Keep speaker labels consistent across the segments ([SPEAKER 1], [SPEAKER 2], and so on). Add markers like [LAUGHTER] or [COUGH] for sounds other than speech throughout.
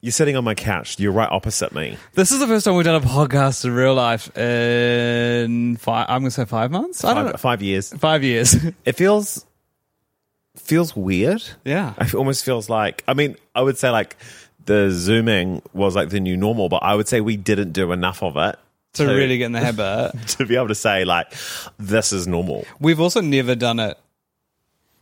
[SPEAKER 1] You're sitting on my couch. You're right opposite me.
[SPEAKER 2] This is the first time we've done a podcast in real life in five. I'm going to say five months. I don't
[SPEAKER 1] Five, five years.
[SPEAKER 2] know. Five years. [LAUGHS]
[SPEAKER 1] It feels feels weird.
[SPEAKER 2] yeah.
[SPEAKER 1] It almost feels like. I mean, I would say like the zooming was like the new normal, but I would say we didn't do enough of it [LAUGHS]
[SPEAKER 2] To really get in the habit.
[SPEAKER 1] to be able to say like this is normal.
[SPEAKER 2] We've also never done it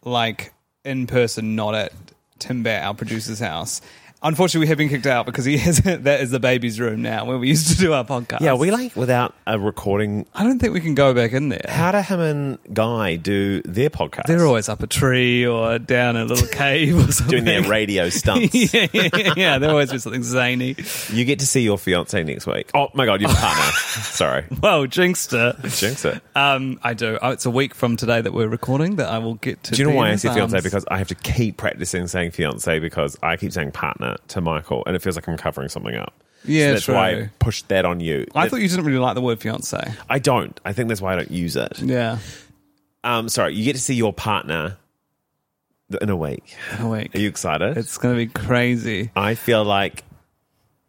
[SPEAKER 2] like in person, not at Timber, our producer's house. Unfortunately, we have been kicked out because he has that is [LAUGHS] the baby's room now where we used to do our podcast.
[SPEAKER 1] Yeah, we like without a recording.
[SPEAKER 2] I don't think we can go back in there.
[SPEAKER 1] How do him and Guy do their podcast?
[SPEAKER 2] They're always up a tree or down a little cave or
[SPEAKER 1] doing
[SPEAKER 2] something. [LAUGHS]
[SPEAKER 1] their radio stunts.
[SPEAKER 2] yeah, yeah, yeah, yeah, they're always doing something zany.
[SPEAKER 1] You get to see your fiance next week. Oh my god, your
[SPEAKER 2] [LAUGHS]
[SPEAKER 1] partner. Sorry,
[SPEAKER 2] Well, jinxed it.
[SPEAKER 1] jinx it.
[SPEAKER 2] Um, I do. Oh, it's a week from today that we're recording that I will get to.
[SPEAKER 1] Do you know
[SPEAKER 2] be
[SPEAKER 1] why
[SPEAKER 2] in
[SPEAKER 1] I
[SPEAKER 2] his
[SPEAKER 1] say fiance?
[SPEAKER 2] arms.
[SPEAKER 1] Because I have to keep practicing saying fiance because I keep saying partner to Michael, and it feels like I'm covering something up.
[SPEAKER 2] Yeah,
[SPEAKER 1] so that's why I
[SPEAKER 2] true.
[SPEAKER 1] pushed that on you.
[SPEAKER 2] I thought you didn't really like the word fiance.
[SPEAKER 1] I don't. I think that's why I don't use it.
[SPEAKER 2] Yeah,
[SPEAKER 1] Um, sorry, you get to see your partner th- in a week.
[SPEAKER 2] a week.
[SPEAKER 1] Are you excited?
[SPEAKER 2] It's going to be crazy.
[SPEAKER 1] I feel like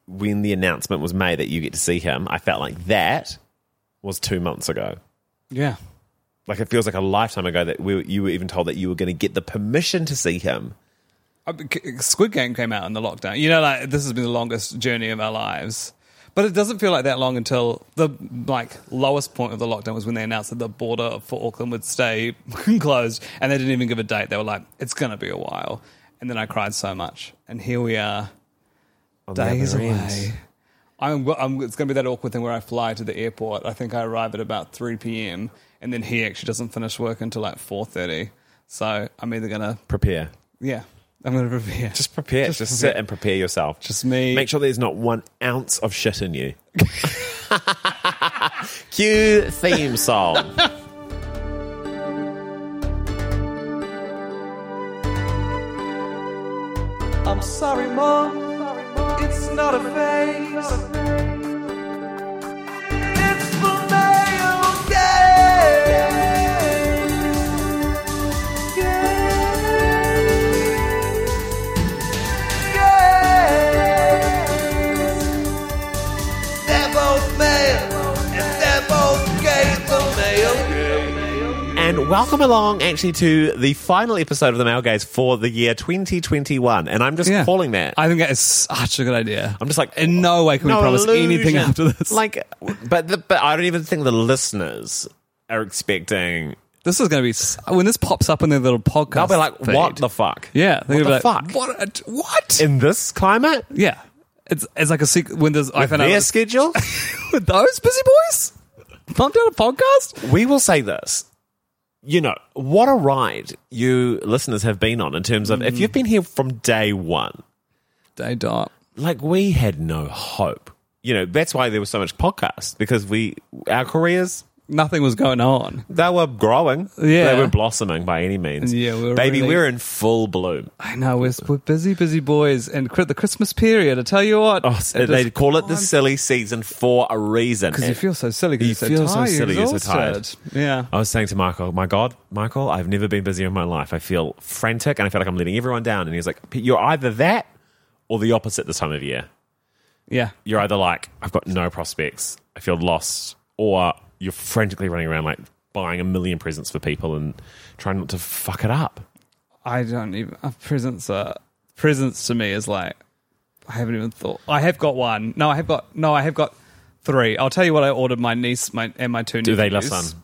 [SPEAKER 1] when the announcement was made that you get to see him, I felt like that was two months ago.
[SPEAKER 2] Yeah.
[SPEAKER 1] Like it feels like a lifetime ago that we, you were even told that you were going to get the permission to see him.
[SPEAKER 2] Uh, K- Squid Game came out in the lockdown. You know, like this has been the longest journey of our lives. But it doesn't feel like that long until the like lowest point of the lockdown was when they announced that the border for Auckland would stay [LAUGHS] closed, and they didn't even give a date. They were like, "It's going to be a while," and then I cried so much, and here we are,
[SPEAKER 1] on the other
[SPEAKER 2] days
[SPEAKER 1] end.
[SPEAKER 2] away. I'm, I'm, it's going to be that awkward thing where I fly to the airport. I think I arrive at about three p.m. and then he actually doesn't finish work until like four thirty. So I'm either going to
[SPEAKER 1] Prepare.
[SPEAKER 2] yeah, I'm going to prepare.
[SPEAKER 1] Just prepare. Just, sit and prepare yourself.
[SPEAKER 2] Just me.
[SPEAKER 1] Make sure there's not one ounce of shit in
[SPEAKER 2] [LAUGHS]
[SPEAKER 1] you. [LAUGHS] Cue theme song.
[SPEAKER 3] I'm sorry, Mom. It's not a phase. It's the male gaze. Gaze. Gaze. They're both male, and they're both gay. The male
[SPEAKER 1] and welcome along, actually, to the final episode of The Male Gaze for the year 2021. And I'm just
[SPEAKER 2] Yeah.
[SPEAKER 1] calling that.
[SPEAKER 2] I think that is such a good idea.
[SPEAKER 1] I'm just like
[SPEAKER 2] in no way can we promise
[SPEAKER 1] illusion.
[SPEAKER 2] anything after this.
[SPEAKER 1] Like, but the, but I don't even think the listeners are expecting.
[SPEAKER 2] this is going to be s- when this pops up in their little
[SPEAKER 1] They'll
[SPEAKER 2] podcast.
[SPEAKER 1] be like, "What
[SPEAKER 2] feed-
[SPEAKER 1] the fuck?"
[SPEAKER 2] Yeah,
[SPEAKER 1] what
[SPEAKER 2] they're
[SPEAKER 1] the
[SPEAKER 2] gonna be like,
[SPEAKER 1] fuck?
[SPEAKER 2] What? a t- what?
[SPEAKER 1] in this climate?
[SPEAKER 2] yeah, it's it's like a secret. When there's I found out
[SPEAKER 1] Their schedule?
[SPEAKER 2] [LAUGHS] with those busy boys pumped out a podcast.
[SPEAKER 1] we will say this. You know, what a ride you listeners have been on in terms of
[SPEAKER 2] Mm.
[SPEAKER 1] if you've been here from day one,
[SPEAKER 2] Day dot.
[SPEAKER 1] like we had no hope. You know, that's why there was so much podcast because we, our careers,
[SPEAKER 2] Nothing was going on.
[SPEAKER 1] they were growing.
[SPEAKER 2] Yeah.
[SPEAKER 1] They were blossoming by any means.
[SPEAKER 2] Yeah, we were
[SPEAKER 1] Baby,
[SPEAKER 2] really-
[SPEAKER 1] we're in full bloom.
[SPEAKER 2] I know we're, we're busy, busy boys, and cri- the Christmas period. I tell you what,
[SPEAKER 1] Oh, they call it the silly season for a reason.
[SPEAKER 2] because you feel so silly. 'cause
[SPEAKER 1] You
[SPEAKER 2] you're so
[SPEAKER 1] feel so
[SPEAKER 2] tired,
[SPEAKER 1] silly, you're so
[SPEAKER 2] exhausted. Yeah,
[SPEAKER 1] I was saying to Michael, my God, Michael, I've never been busier in my life. I feel frantic and I feel like I'm letting everyone down. And he's like, "Pete, you're either that or the opposite this time of year.
[SPEAKER 2] yeah.
[SPEAKER 1] You're either like, I've got no prospects, I feel lost, or you're frantically running around like buying a million presents for people and trying not to fuck it up.
[SPEAKER 2] I don't even uh, presents are presents to me is like I haven't even thought. I have got one. No, I have got no. I have got three. I'll tell you what I ordered my niece my, and my two.
[SPEAKER 1] Do they
[SPEAKER 2] nephews.
[SPEAKER 1] listen?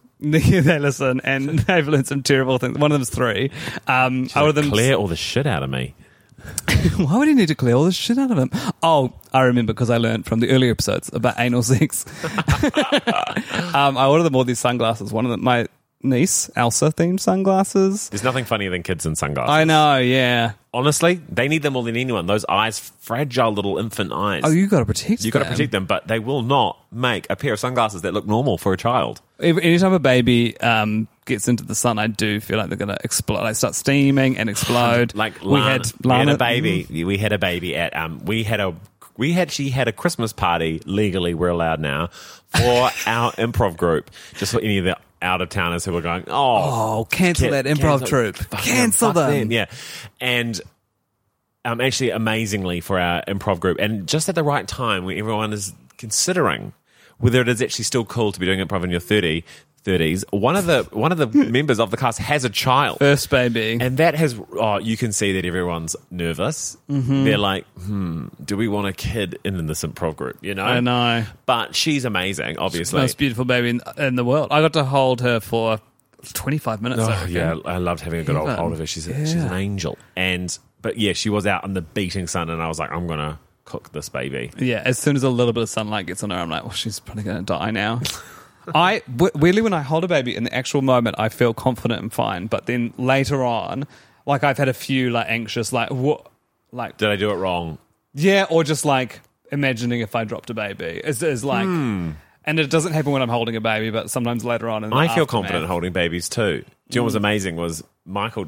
[SPEAKER 2] Yeah, [LAUGHS] they listen, and [LAUGHS] they've learned some terrible things. One of them's three. Um, I ordered them.
[SPEAKER 1] Clear all the shit out of me.
[SPEAKER 2] [LAUGHS] Why would he need to clear all this shit out of him? Oh, I remember because I learned from the earlier [LAUGHS] episodes about anal sex. um, I ordered them all these sunglasses. One of them, my niece Elsa themed sunglasses.
[SPEAKER 1] There's nothing funnier than kids in sunglasses.
[SPEAKER 2] I know, yeah.
[SPEAKER 1] Honestly, they need them more than anyone. Those eyes, fragile little infant eyes.
[SPEAKER 2] Oh, you got to protect.
[SPEAKER 1] you got to protect them, but they will not make a pair of sunglasses that look normal for a child.
[SPEAKER 2] Every, anytime a baby um, gets into the sun, I do feel like they're going to explode. Like start steaming and explode.
[SPEAKER 1] [LAUGHS] Like
[SPEAKER 2] we
[SPEAKER 1] Lana-
[SPEAKER 2] had,
[SPEAKER 1] we had
[SPEAKER 2] Lana- Mm-hmm.
[SPEAKER 1] a baby. We had a baby at um. We had a we had she had a Christmas party legally. We're allowed now
[SPEAKER 2] [LAUGHS]
[SPEAKER 1] for our improv group. Just for any of the out of towners who were going, oh,
[SPEAKER 2] Oh, cancel
[SPEAKER 1] Can-
[SPEAKER 2] that improv
[SPEAKER 1] cancel-
[SPEAKER 2] troupe.
[SPEAKER 1] fuck
[SPEAKER 2] Cancel
[SPEAKER 1] fuck
[SPEAKER 2] them.
[SPEAKER 1] Yeah. And um, actually, amazingly for our improv group, and just at the right time when everyone is considering whether it is actually still cool to be doing improv in your 30, 30s, one of the one of
[SPEAKER 2] [LAUGHS]
[SPEAKER 1] the members of the cast has a child.
[SPEAKER 2] First baby.
[SPEAKER 1] And that has, oh, you can see that everyone's nervous.
[SPEAKER 2] Mm-hmm.
[SPEAKER 1] They're like, hmm, do we want a kid in this improv group? You know?
[SPEAKER 2] I know.
[SPEAKER 1] But she's amazing, obviously.
[SPEAKER 2] Most beautiful baby in, in the world. I got to hold her for 25 minutes. I
[SPEAKER 1] Oh,
[SPEAKER 2] reckon.
[SPEAKER 1] yeah, I loved having a good old
[SPEAKER 2] Heaven.
[SPEAKER 1] hold of her. She's a, she's an angel, and but yeah, she was out in the beating sun, and I was like, I'm gonna cook this baby.
[SPEAKER 2] Yeah, as soon as a little bit of sunlight gets on her, I'm like, well, she's probably going to die now. [LAUGHS] I w- weirdly, when I hold a baby in the actual moment, I feel confident and fine. But then later on, like I've had a few like anxious, like what, like
[SPEAKER 1] Did I do it wrong?
[SPEAKER 2] yeah, or just like imagining if I dropped a baby is, is like, and it doesn't happen when I'm holding a baby, but sometimes later on. In the
[SPEAKER 1] I feel
[SPEAKER 2] aftermath. Mm.
[SPEAKER 1] confident holding babies too. Do you know what was amazing was Michael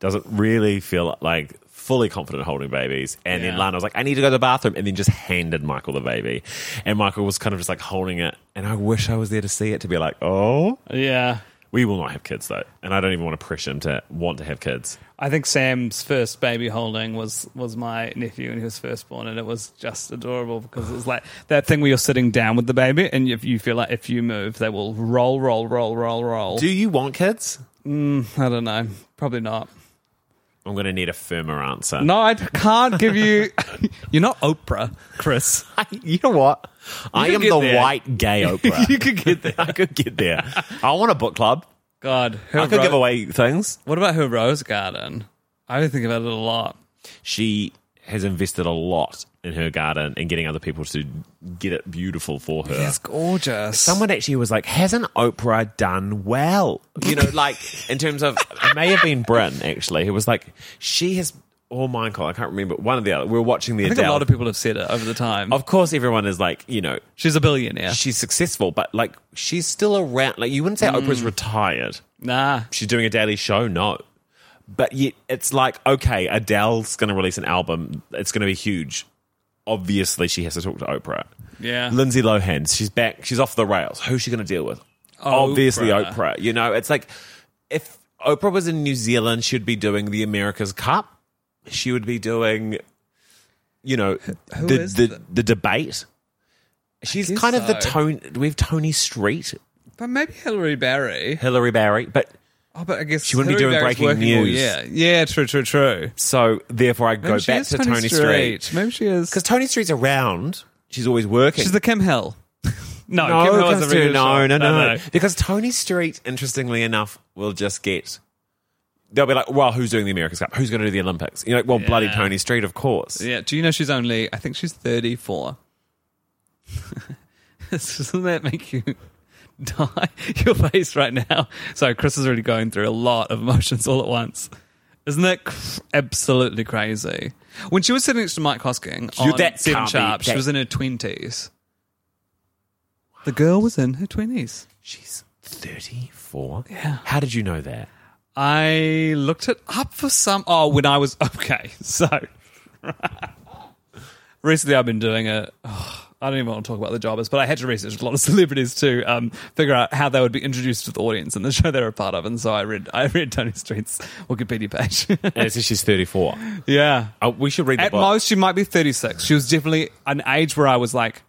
[SPEAKER 1] doesn't really feel like fully confident holding babies, and then
[SPEAKER 2] Yeah.
[SPEAKER 1] Lana was like, I need to go to the bathroom, and then just handed Michael the baby, and Michael was kind of just like holding it, and I wish I was there to see it to be like, oh,
[SPEAKER 2] Yeah,
[SPEAKER 1] we will not have kids though, and I don't even want to pressure him to want to have kids.
[SPEAKER 2] I think Sam's first baby holding was was my nephew and he was firstborn, and it was just adorable because it was like that thing where you're sitting down with the baby, and if you feel like if you move, they will roll, roll, roll, roll, roll.
[SPEAKER 1] Do you want kids?
[SPEAKER 2] I don't know, probably not.
[SPEAKER 1] I'm going to need a firmer answer.
[SPEAKER 2] No, I can't give you. [LAUGHS] you're not Oprah, Chris. [LAUGHS]
[SPEAKER 1] you know what? I
[SPEAKER 2] could
[SPEAKER 1] am
[SPEAKER 2] get
[SPEAKER 1] the
[SPEAKER 2] there.
[SPEAKER 1] white gay Oprah.
[SPEAKER 2] [LAUGHS] You could get there.
[SPEAKER 1] I could get there. I want a book club.
[SPEAKER 2] God, her
[SPEAKER 1] I could
[SPEAKER 2] ro-
[SPEAKER 1] give away things.
[SPEAKER 2] What about her rose garden? I don't think about it a lot.
[SPEAKER 1] She has invested a lot in her garden and getting other people to get it beautiful for her.
[SPEAKER 2] It's gorgeous.
[SPEAKER 1] Someone actually was like, hasn't Oprah done well? You know, like in terms of, it may have been Bryn actually, who was like, she has, or Michael, I can't remember, one of the other. We were watching the
[SPEAKER 2] I think a
[SPEAKER 1] Adele.
[SPEAKER 2] lot of people have said it over the time.
[SPEAKER 1] of course, everyone is like, you know,
[SPEAKER 2] She's a billionaire.
[SPEAKER 1] she's successful, but like she's still around. Like you wouldn't say
[SPEAKER 2] Mm.
[SPEAKER 1] Oprah's retired.
[SPEAKER 2] nah,
[SPEAKER 1] She's doing a daily show, no. But yet it's like, okay, Adele's going to release an album. It's going to be huge. Obviously, she has to talk to Oprah.
[SPEAKER 2] Yeah.
[SPEAKER 1] Lindsay Lohan, she's back. She's off the rails. Who's she going to deal with? Obviously, Oprah. You know, it's like if Oprah was in New Zealand, she'd be doing the America's Cup. She would be doing, you know, the,
[SPEAKER 2] is
[SPEAKER 1] the,
[SPEAKER 2] the-
[SPEAKER 1] the debate. She's
[SPEAKER 2] guess
[SPEAKER 1] kind of the
[SPEAKER 2] so.
[SPEAKER 1] tone. We have Tony Street,
[SPEAKER 2] but maybe Hillary Barry.
[SPEAKER 1] Hillary Barry, but
[SPEAKER 2] Oh, but I guess
[SPEAKER 1] She wouldn't be doing
[SPEAKER 2] Barry's
[SPEAKER 1] breaking
[SPEAKER 2] working all
[SPEAKER 1] news.
[SPEAKER 2] year. yeah, true, true, true.
[SPEAKER 1] so therefore I go
[SPEAKER 2] Maybe she
[SPEAKER 1] back
[SPEAKER 2] is
[SPEAKER 1] to Tony, Street.
[SPEAKER 2] Maybe she is.
[SPEAKER 1] Because Tony Street's around. She's always working. Oh,
[SPEAKER 2] She's the Kim Hill. [LAUGHS] no,
[SPEAKER 1] no,
[SPEAKER 2] Kim Hill is a
[SPEAKER 1] because-
[SPEAKER 2] regular
[SPEAKER 1] no,
[SPEAKER 2] show.
[SPEAKER 1] no, no, no. Because Tony Street, interestingly enough, will just get. They'll be like, well, who's doing the America's Cup? Who's going to do the Olympics? You're like, well, bloody
[SPEAKER 2] Yeah.
[SPEAKER 1] Tony Street, of course.
[SPEAKER 2] Yeah, do you know she's only, I think she's 34. [LAUGHS] Doesn't that make you [LAUGHS] die? Your face right now. Sorry, Chris is already going through a lot of emotions all at once. Isn't that cr- absolutely crazy? When she was sitting next to Mike Hosking
[SPEAKER 1] You-
[SPEAKER 2] on
[SPEAKER 1] that
[SPEAKER 2] Seven
[SPEAKER 1] can't be-
[SPEAKER 2] Sharp, she
[SPEAKER 1] that-
[SPEAKER 2] was in her 20s. The girl was in her 20s.
[SPEAKER 1] She's 34. Yeah. How did you know that?
[SPEAKER 2] I looked it up for some. Oh, when I was [LAUGHS] okay. So recently, I've been doing a. oh, I don't even want to talk about the jobbers, but I had to research a lot of [LAUGHS] celebrities to um, figure out how they would be introduced to the audience in the show they were a part of, and so I read I read Tony Street's Wikipedia page. [LAUGHS]
[SPEAKER 1] And it says she's 34.
[SPEAKER 2] [SIGHS] yeah,
[SPEAKER 1] Oh, we should read the
[SPEAKER 2] at
[SPEAKER 1] book.
[SPEAKER 2] most she might be thirty six. She was definitely an age where I was like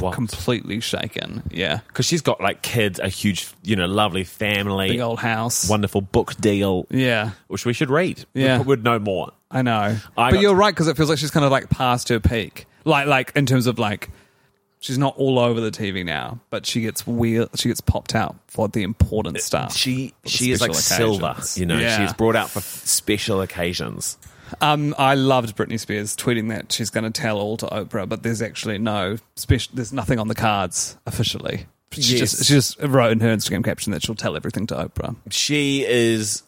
[SPEAKER 1] What?
[SPEAKER 2] completely shaken. Yeah,
[SPEAKER 1] because she's got like kids, a huge, you know, lovely family,
[SPEAKER 2] big old house.
[SPEAKER 1] wonderful book deal,
[SPEAKER 2] Yeah,
[SPEAKER 1] which we should read.
[SPEAKER 2] Yeah.
[SPEAKER 1] we would know more.
[SPEAKER 2] I know,
[SPEAKER 1] I
[SPEAKER 2] but
[SPEAKER 1] got-
[SPEAKER 2] you're right because it feels like she's kind of like past her peak, like like in terms of like she's not all over the TV now, but she gets wheel she gets popped out for the important stuff.
[SPEAKER 1] She
[SPEAKER 2] For the
[SPEAKER 1] she is like
[SPEAKER 2] special
[SPEAKER 1] silver,
[SPEAKER 2] occasions.
[SPEAKER 1] you know.
[SPEAKER 2] Yeah.
[SPEAKER 1] She's brought out for special occasions.
[SPEAKER 2] Um, I loved Britney Spears tweeting that she's going to tell all to Oprah, but there's actually no special. There's nothing on the cards officially. She
[SPEAKER 1] Yes.
[SPEAKER 2] just she just wrote in her Instagram caption that she'll tell everything to Oprah.
[SPEAKER 1] she is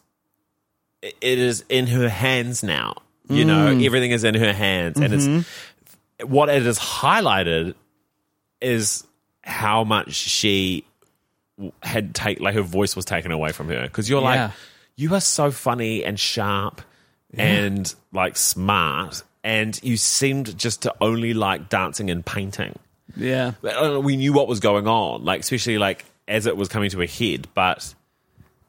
[SPEAKER 1] it is in her hands now you
[SPEAKER 2] Mm.
[SPEAKER 1] know everything is in her hands and
[SPEAKER 2] Mm-hmm.
[SPEAKER 1] it's what it has highlighted is how much she w- had take like her voice was taken away from her because you're
[SPEAKER 2] Yeah.
[SPEAKER 1] like you are so funny and sharp and like smart and you seemed just to only like dancing and painting
[SPEAKER 2] Yeah.
[SPEAKER 1] I don't know, we knew what was going on, like especially like as it was coming to a head. But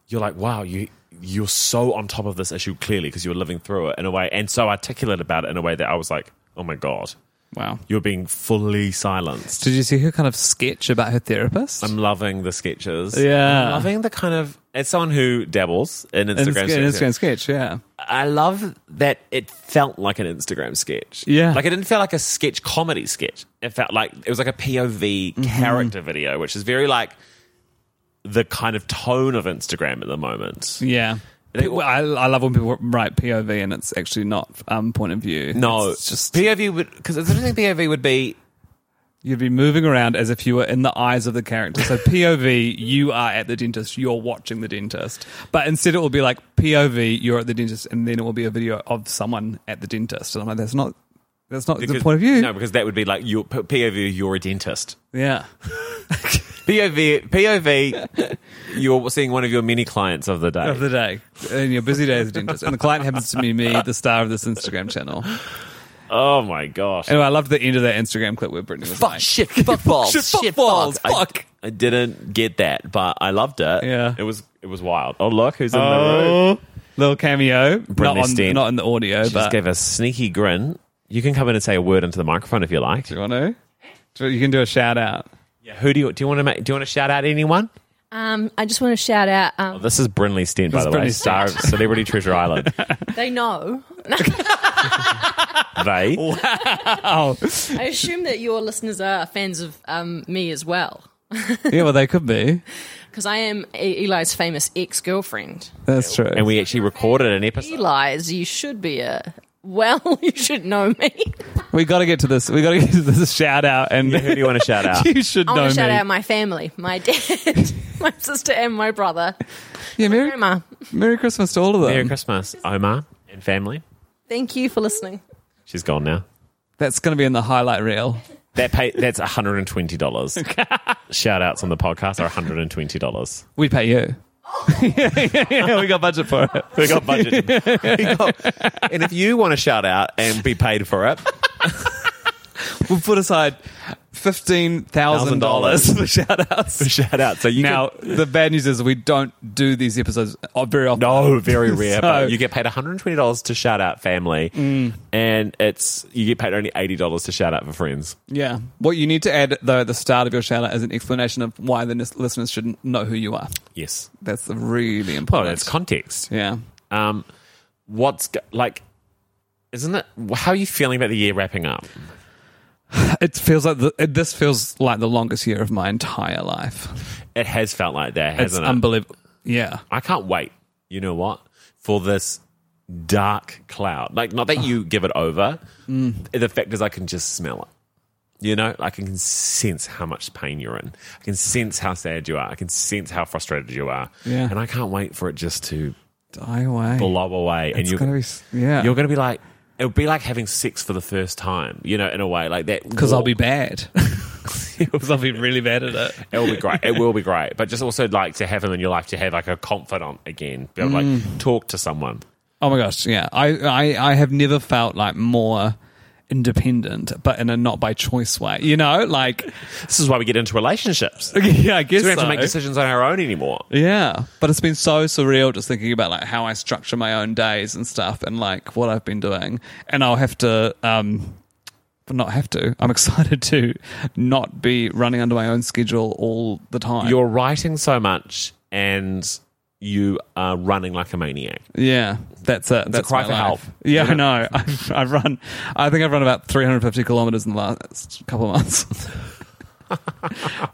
[SPEAKER 1] you're like, wow, you you're so on top of this issue clearly because you were living through it in a way, and so articulate about it in a way that I was like, oh my god,
[SPEAKER 2] Wow.
[SPEAKER 1] you're being fully silenced.
[SPEAKER 2] Did you see her kind of sketch about her therapist?
[SPEAKER 1] I'm loving the sketches.
[SPEAKER 2] Yeah.
[SPEAKER 1] I'm loving the kind of as someone who dabbles in
[SPEAKER 2] an
[SPEAKER 1] Instagram.
[SPEAKER 2] Instagram, an
[SPEAKER 1] sketches,
[SPEAKER 2] Instagram sketch, yeah.
[SPEAKER 1] I love that it felt like an Instagram sketch.
[SPEAKER 2] Yeah.
[SPEAKER 1] Like it didn't feel like a sketch comedy sketch. It felt like it was like a POV
[SPEAKER 2] Mm-hmm.
[SPEAKER 1] character video, which is very like the kind of tone of Instagram at the moment.
[SPEAKER 2] Yeah.
[SPEAKER 1] They-
[SPEAKER 2] People- I, I love when people write POV and it's actually not um, point of view.
[SPEAKER 1] No,
[SPEAKER 2] It's just
[SPEAKER 1] POV would because I don't think POV would be
[SPEAKER 2] you'd be moving around as if you were in the eyes of the character.
[SPEAKER 1] [LAUGHS]
[SPEAKER 2] So POV, you are at the dentist, you're watching the dentist. But instead, it will be like POV, you're at the dentist, and then it will be a video of someone at the dentist. And I'm like, that's not that's not the
[SPEAKER 1] because-
[SPEAKER 2] point of view.
[SPEAKER 1] No, because that would be like your POV. You're a dentist.
[SPEAKER 2] Yeah,
[SPEAKER 1] POV.
[SPEAKER 2] [LAUGHS]
[SPEAKER 1] POV. you're seeing one of your many clients of the day.
[SPEAKER 2] of the day, and your busy day as a dentist, and the client happens to be me, the star of this Instagram channel.
[SPEAKER 1] oh my gosh.
[SPEAKER 2] Anyway, I loved the end of that Instagram clip where Brittany was like,
[SPEAKER 4] shit, fuck balls,
[SPEAKER 2] shit, fuck balls,
[SPEAKER 1] I-
[SPEAKER 2] fuck.
[SPEAKER 1] I, didn't get that, but I loved it.
[SPEAKER 2] Yeah.
[SPEAKER 1] It was it was wild. Oh look, who's in the room?
[SPEAKER 2] Oh, little cameo, not
[SPEAKER 1] Brittany
[SPEAKER 2] on,
[SPEAKER 1] Steen.
[SPEAKER 2] not in the audio,
[SPEAKER 1] She
[SPEAKER 2] but
[SPEAKER 1] just gave a sneaky grin. You can come in and say a word into the microphone if you like.
[SPEAKER 2] do you want to? Do- You can do a shout out.
[SPEAKER 1] Yeah. Who do you do you want to make, do you want to shout out anyone?
[SPEAKER 5] Um, I just want to shout out.
[SPEAKER 2] Oh,
[SPEAKER 5] Um,
[SPEAKER 1] This is Brinley Steen, by
[SPEAKER 2] This
[SPEAKER 1] the
[SPEAKER 2] is
[SPEAKER 1] way,
[SPEAKER 2] Brinley
[SPEAKER 1] star of Celebrity Treasure
[SPEAKER 2] [LAUGHS]
[SPEAKER 1] Island.
[SPEAKER 5] they know.
[SPEAKER 1] They
[SPEAKER 5] I assume that your listeners are fans of um, me as well,
[SPEAKER 2] Yeah, well, they could be.
[SPEAKER 5] because I am E- Eli's famous ex-girlfriend.
[SPEAKER 2] That's true.
[SPEAKER 1] and we actually recorded an episode.
[SPEAKER 5] Eli's, you should be a. Well, [LAUGHS] you should know me.
[SPEAKER 2] We got to get to this. We got to get to this shout out, and
[SPEAKER 1] Who do you want to shout out?
[SPEAKER 2] [LAUGHS] you should
[SPEAKER 5] I
[SPEAKER 2] know
[SPEAKER 5] want to shout
[SPEAKER 2] me.
[SPEAKER 5] out my family, my dad, [LAUGHS] my sister, and my brother.
[SPEAKER 2] yeah, Merry,
[SPEAKER 5] Grandma,
[SPEAKER 2] Merry Christmas to all of them.
[SPEAKER 1] Merry Christmas, Omar and family.
[SPEAKER 5] thank you for listening.
[SPEAKER 1] She's gone now.
[SPEAKER 2] That's going to be in the highlight reel.
[SPEAKER 1] That pay that's hundred and twenty dollars.
[SPEAKER 2] [LAUGHS]
[SPEAKER 1] shout outs on the podcast are hundred and twenty dollars.
[SPEAKER 2] We pay
[SPEAKER 1] [LAUGHS]
[SPEAKER 2] you. [LAUGHS] yeah, we got budget for it.
[SPEAKER 1] We got budget. [LAUGHS] We got- and if you want to shout out and be paid for [LAUGHS] it,
[SPEAKER 2] We'll put aside fifteen thousand dollars for shout outs.
[SPEAKER 1] shout out. So you
[SPEAKER 2] Now,
[SPEAKER 1] can-
[SPEAKER 2] the bad news is we don't do these episodes uh, very often.
[SPEAKER 1] no, oh, [LAUGHS] very rare.
[SPEAKER 2] So-
[SPEAKER 1] but you get paid one hundred and twenty dollars to shout out family, and it's you get paid only eighty dollars to shout out for friends.
[SPEAKER 2] Yeah. What you need to add, though, at the start of your shout out is an explanation of why the nis- listeners should know who you are.
[SPEAKER 1] Yes.
[SPEAKER 2] That's really
[SPEAKER 1] Oh,
[SPEAKER 2] important.
[SPEAKER 1] that's context.
[SPEAKER 2] yeah.
[SPEAKER 1] Um, what's go- like? Isn't it? How are you feeling about the year wrapping up?
[SPEAKER 2] It feels like the, it, this feels like the longest year of my entire life.
[SPEAKER 1] It has felt like that,
[SPEAKER 2] It's
[SPEAKER 1] hasn't it?
[SPEAKER 2] unbelievable. Yeah.
[SPEAKER 1] I can't wait. You know what? For this dark cloud, like not that
[SPEAKER 2] [LAUGHS]
[SPEAKER 1] you give it over.
[SPEAKER 2] Mm.
[SPEAKER 1] The fact is, I can just smell it. You know, like I can sense how much pain you're in. I can sense how sad you are. I can sense how frustrated you are.
[SPEAKER 2] Yeah.
[SPEAKER 1] And I can't wait for it just to
[SPEAKER 2] Die away.
[SPEAKER 1] blow away. and
[SPEAKER 2] It's
[SPEAKER 1] you're
[SPEAKER 2] gonna be s- yeah.
[SPEAKER 1] you're gonna be like it'll be like having sex for the first time. You know, in a way like that
[SPEAKER 2] Because I'll
[SPEAKER 1] warm-
[SPEAKER 2] be bad. [LAUGHS] Because I'll be really bad at it.
[SPEAKER 1] [LAUGHS] It'll be great. It will be great. But just also like to have him in your life, to have like a confidant again, be able to
[SPEAKER 2] Mm.
[SPEAKER 1] like talk to someone.
[SPEAKER 2] Oh my gosh, yeah. I, I, I have never felt like more independent, but in a not by choice way. You know, like, [LAUGHS]
[SPEAKER 1] This is why we get into relationships.
[SPEAKER 2] yeah, I guess
[SPEAKER 1] we don't have
[SPEAKER 2] so.
[SPEAKER 1] to make decisions on our own anymore.
[SPEAKER 2] Yeah, but it's been so surreal just thinking about like how I structure my own days and stuff, and like what I've been doing. And I'll have to, um, but not have to. I'm [LAUGHS] excited to not be running under my own schedule all the time.
[SPEAKER 1] You're writing so much and you are running like a maniac.
[SPEAKER 2] yeah, that's it. That's
[SPEAKER 1] cry
[SPEAKER 2] my
[SPEAKER 1] for
[SPEAKER 2] life.
[SPEAKER 1] help.
[SPEAKER 2] Yeah,
[SPEAKER 1] Yeah.
[SPEAKER 2] I know. [LAUGHS] I've, I've run. I think I've run about 350 kilometers in the last couple of months. [LAUGHS]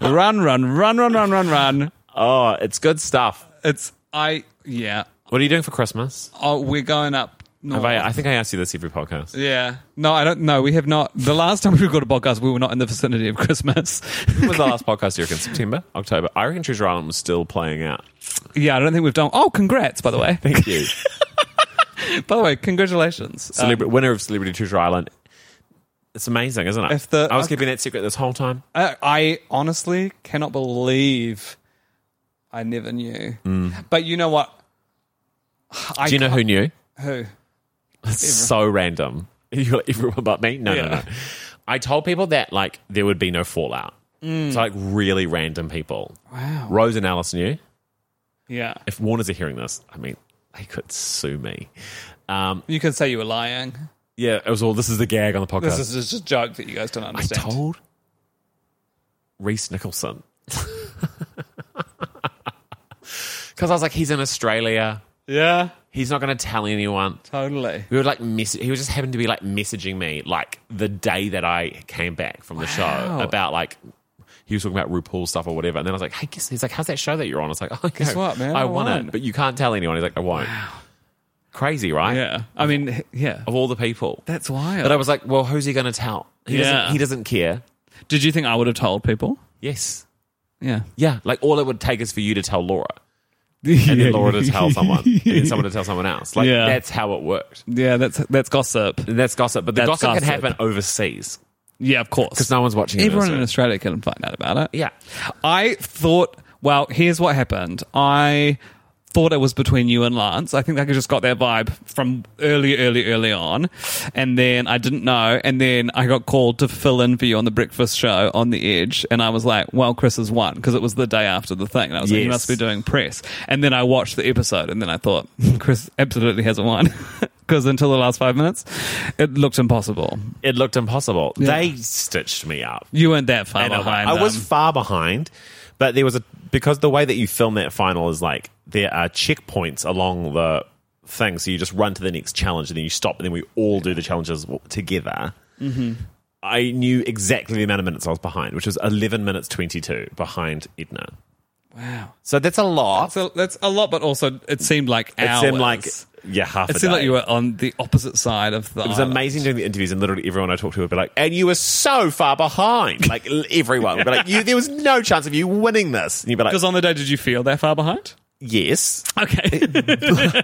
[SPEAKER 2] run, run, run, run, run, run, run.
[SPEAKER 1] Oh, it's good stuff.
[SPEAKER 2] It's I. Yeah,
[SPEAKER 1] What are you doing for Christmas?
[SPEAKER 2] Oh, we're going up
[SPEAKER 1] Have I, I think I ask you this every podcast.
[SPEAKER 2] Yeah. No, I don't know. We have not. The last time [LAUGHS] we recorded a podcast, we were not in the vicinity of Christmas.
[SPEAKER 1] [LAUGHS]
[SPEAKER 2] [LAUGHS]
[SPEAKER 1] When was the last podcast you reckon? September, October? I reckon Treasure Island was still playing out.
[SPEAKER 2] yeah, I don't think we've done. Oh, congrats, by the way.
[SPEAKER 1] Thank you.
[SPEAKER 2] by the way, congratulations.
[SPEAKER 1] [LAUGHS]
[SPEAKER 2] Uh,
[SPEAKER 1] Celebra- winner of Celebrity Treasure Island. It's amazing, isn't it?
[SPEAKER 2] If the-
[SPEAKER 1] I was
[SPEAKER 2] I-
[SPEAKER 1] keeping that secret this whole time.
[SPEAKER 2] I, I honestly cannot believe I never knew. But you know what?
[SPEAKER 1] Mm.
[SPEAKER 2] I
[SPEAKER 1] Do you know who knew?
[SPEAKER 2] who?
[SPEAKER 1] It's so random. [LAUGHS] You're like, everyone but me? No, no,
[SPEAKER 2] Yeah.
[SPEAKER 1] no. I told people that like there would be no fallout. It's like really random people.
[SPEAKER 2] Mm. Wow.
[SPEAKER 1] Rose and Alice knew.
[SPEAKER 2] Yeah.
[SPEAKER 1] If Warners are hearing this, I mean, they could sue me. Um,
[SPEAKER 2] You could say you were lying.
[SPEAKER 1] yeah, it was all. This is the gag on the podcast.
[SPEAKER 2] This is just a joke that you guys don't
[SPEAKER 1] I
[SPEAKER 2] understand.
[SPEAKER 1] told Reese Nicholson [LAUGHS] because I was like, he's in Australia.
[SPEAKER 2] Yeah,
[SPEAKER 1] He's not going to tell anyone.
[SPEAKER 2] totally.
[SPEAKER 1] We were like, mess- he was just happened to be like messaging me like the day that I came back from the show about like he was talking about RuPaul stuff or whatever, and then I was like, hey, guess he's like, how's that show that you're on? I was like, oh,
[SPEAKER 2] Guess
[SPEAKER 1] no,
[SPEAKER 2] what, man?
[SPEAKER 1] I
[SPEAKER 2] I
[SPEAKER 1] won,
[SPEAKER 2] won.
[SPEAKER 1] it, but you can't tell anyone. He's like, I won't. Crazy, right?
[SPEAKER 2] Yeah. I mean, h- yeah.
[SPEAKER 1] Of all the people,
[SPEAKER 2] That's wild.
[SPEAKER 1] but I was like, well, who's he going to tell? He
[SPEAKER 2] Yeah.
[SPEAKER 1] doesn't. He doesn't care.
[SPEAKER 2] Did you think I would have told people?
[SPEAKER 1] Yes.
[SPEAKER 2] Yeah.
[SPEAKER 1] Yeah. Like all it would take is for you to tell Laura. And then Laura to tell someone,
[SPEAKER 2] [LAUGHS]
[SPEAKER 1] and then someone to tell someone else. Like
[SPEAKER 2] Yeah.
[SPEAKER 1] that's how it worked.
[SPEAKER 2] Yeah, that's that's gossip.
[SPEAKER 1] And that's gossip, but the
[SPEAKER 2] That's
[SPEAKER 1] gossip, can
[SPEAKER 2] gossip.
[SPEAKER 1] happen overseas
[SPEAKER 2] Yeah, of
[SPEAKER 1] because
[SPEAKER 2] course.
[SPEAKER 1] no one's watching. it
[SPEAKER 2] Everyone in
[SPEAKER 1] Australia.
[SPEAKER 2] Australia can find out about it.
[SPEAKER 1] Yeah.
[SPEAKER 2] I thought, well, here's what happened. I thought it was between you and Lance. I think I just got that vibe from early, early, early on. And then I didn't know. And then I got called to fill in for you on the breakfast show on The Edge. And I was like, well, Chris has won because it was the day after the thing. And I was like, you
[SPEAKER 1] Yes.
[SPEAKER 2] must be doing press. And then I watched the episode and then I thought, Chris absolutely hasn't won. [LAUGHS] Because until the last five minutes, it looked impossible.
[SPEAKER 1] It looked impossible. They stitched me up.
[SPEAKER 2] You weren't that far
[SPEAKER 1] And I,
[SPEAKER 2] behind.
[SPEAKER 1] I was
[SPEAKER 2] them.
[SPEAKER 1] far behind, but there was a because the way that you film that final is like there are checkpoints along the thing, so you just run to the next challenge and then you stop, and then we all do the challenges w- together.
[SPEAKER 2] Mm-hmm.
[SPEAKER 1] I knew exactly the amount of minutes I was behind, which was eleven minutes twenty two behind Edna.
[SPEAKER 2] wow.
[SPEAKER 1] So that's a lot.
[SPEAKER 2] So that's a lot, but also it seemed like
[SPEAKER 1] it
[SPEAKER 2] hours.
[SPEAKER 1] seemed like yeah, half.
[SPEAKER 2] it
[SPEAKER 1] a
[SPEAKER 2] seemed
[SPEAKER 1] day.
[SPEAKER 2] like you were on the opposite side of the.
[SPEAKER 1] It was amazing doing the interviews, and literally everyone I talked to would be like, "And you were so far behind." Like l- everyone would be like, you, "There was no chance of you winning this." And you'd be like,
[SPEAKER 2] Because on the day, did you feel that far behind?
[SPEAKER 1] "Yes,
[SPEAKER 2] Okay. [LAUGHS]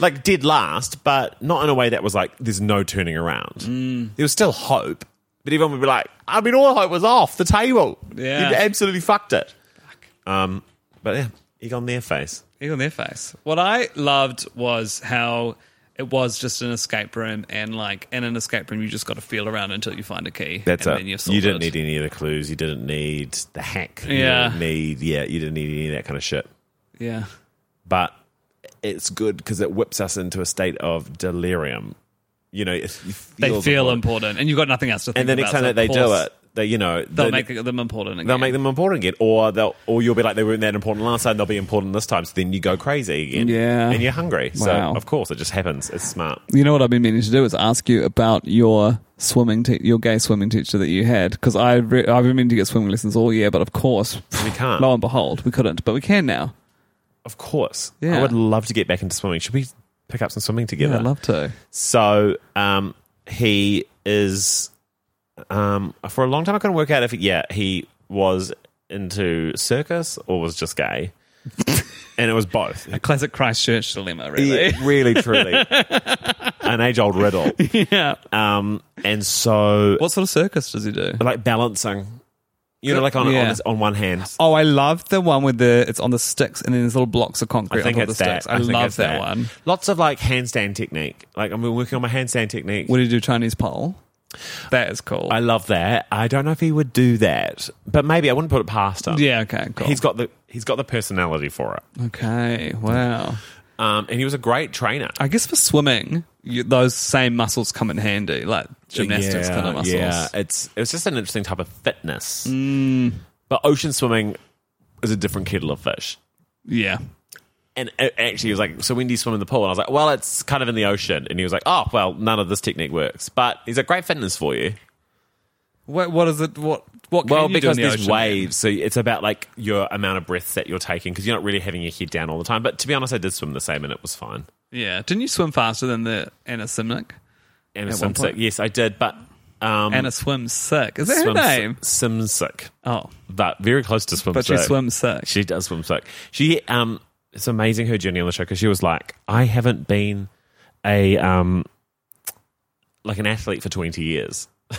[SPEAKER 1] like did last, but not in a way that was like there's no turning around.
[SPEAKER 2] Mm.
[SPEAKER 1] There was still hope, but everyone would be like, "I mean, all hope was off the table.
[SPEAKER 2] Yeah.
[SPEAKER 1] you absolutely fucked it." Um, but yeah, egg on their face.
[SPEAKER 2] Egg on their face. What I loved was how it was just an escape room, and like in an escape room, you just got to feel around until you find a key.
[SPEAKER 1] That's
[SPEAKER 2] and
[SPEAKER 1] it.
[SPEAKER 2] Then you're
[SPEAKER 1] you didn't
[SPEAKER 2] sorted.
[SPEAKER 1] need any of the clues. You didn't need the hack. You
[SPEAKER 2] Yeah.
[SPEAKER 1] didn't need yeah. You didn't need any of that kind of shit.
[SPEAKER 2] Yeah.
[SPEAKER 1] but it's good because it whips us into a state of delirium. You know, if you
[SPEAKER 2] They feel,
[SPEAKER 1] them,
[SPEAKER 2] important, and you've got nothing else to think
[SPEAKER 1] and the
[SPEAKER 2] about.
[SPEAKER 1] next time
[SPEAKER 2] so
[SPEAKER 1] that
[SPEAKER 2] of
[SPEAKER 1] they do
[SPEAKER 2] course
[SPEAKER 1] it, they you know
[SPEAKER 2] They'll
[SPEAKER 1] the-
[SPEAKER 2] make them important again.
[SPEAKER 1] they'll make them important again, or they'll or you'll be like they weren't that important last time. They'll be important this time, so then you go crazy again.
[SPEAKER 2] Yeah.
[SPEAKER 1] and you're hungry.
[SPEAKER 2] Wow.
[SPEAKER 1] So of course, it just happens. It's smart.
[SPEAKER 2] You know what I've been meaning to do is ask you about your swimming, te- your gay swimming teacher that you had, because I re- I've been meaning to get swimming lessons all year, but of course
[SPEAKER 1] We can't.
[SPEAKER 2] Lo and behold, we couldn't, but we can now.
[SPEAKER 1] Of course,
[SPEAKER 2] Yeah.
[SPEAKER 1] I would love to get back into swimming. Should we pick up some swimming together?
[SPEAKER 2] I'd love to.
[SPEAKER 1] So um, he is um, for a long time. I couldn't work out if yeah he was into circus or was just
[SPEAKER 2] [LAUGHS]
[SPEAKER 1] gay, and it was both.
[SPEAKER 2] Classic Christchurch dilemma, really.
[SPEAKER 1] Yeah, really, truly, [LAUGHS] an age-old riddle.
[SPEAKER 2] [LAUGHS] Yeah.
[SPEAKER 1] Um, and so,
[SPEAKER 2] What sort of circus does he do?
[SPEAKER 1] like balancing, you know, like on
[SPEAKER 2] Yeah.
[SPEAKER 1] on, his, on one hand.
[SPEAKER 2] Oh, I love the one with the it's on the sticks and then there's little blocks of concrete
[SPEAKER 1] I think
[SPEAKER 2] on top of
[SPEAKER 1] it's
[SPEAKER 2] the sticks.
[SPEAKER 1] that.
[SPEAKER 2] I,
[SPEAKER 1] think
[SPEAKER 2] love
[SPEAKER 1] it's
[SPEAKER 2] that, one.
[SPEAKER 1] Lots of like handstand technique. Like I've been working on my handstand technique.
[SPEAKER 2] What do you do? Chinese pole. That is cool.
[SPEAKER 1] I love that. I don't know if he would do that, but maybe I wouldn't put it past him.
[SPEAKER 2] yeah. Okay. Cool.
[SPEAKER 1] He's got the he's got the personality for it.
[SPEAKER 2] Okay. Wow.
[SPEAKER 1] Um, and he was a great trainer.
[SPEAKER 2] I guess for swimming, you, those same muscles come in handy, like gymnastics kind of muscles.
[SPEAKER 1] Yeah, it's it was just an interesting type of fitness.
[SPEAKER 2] Mm.
[SPEAKER 1] But ocean swimming is a different kettle of fish.
[SPEAKER 2] Yeah.
[SPEAKER 1] And it actually, he was like, "So when do you swim in the pool?" And I was like, "Well, it's kind of in the ocean." And he was like, "Oh, well, none of this technique works." But he's a great fitness for you.
[SPEAKER 2] What, what is it? What what? Can
[SPEAKER 1] well,
[SPEAKER 2] you
[SPEAKER 1] because
[SPEAKER 2] do in the
[SPEAKER 1] there's
[SPEAKER 2] ocean?
[SPEAKER 1] waves, so it's about like your amount of breaths that you're taking because you're not really having your head down all the time. But to be honest, I did swim the same, and it was fine.
[SPEAKER 2] Yeah. Didn't you swim faster than the Anna Simnick?
[SPEAKER 1] Anna
[SPEAKER 2] At one
[SPEAKER 1] Simsek.
[SPEAKER 2] point.
[SPEAKER 1] Yes, I did, but um,
[SPEAKER 2] Anna swims sick. Is that
[SPEAKER 1] swims-
[SPEAKER 2] her name?
[SPEAKER 1] Simsek.
[SPEAKER 2] Oh,
[SPEAKER 1] but very close to swim.
[SPEAKER 2] but she
[SPEAKER 1] sick.
[SPEAKER 2] swims sick.
[SPEAKER 1] She does swim sick. She um, it's amazing her journey on the show because she was like, I haven't been a um, like an athlete for twenty years. [LAUGHS]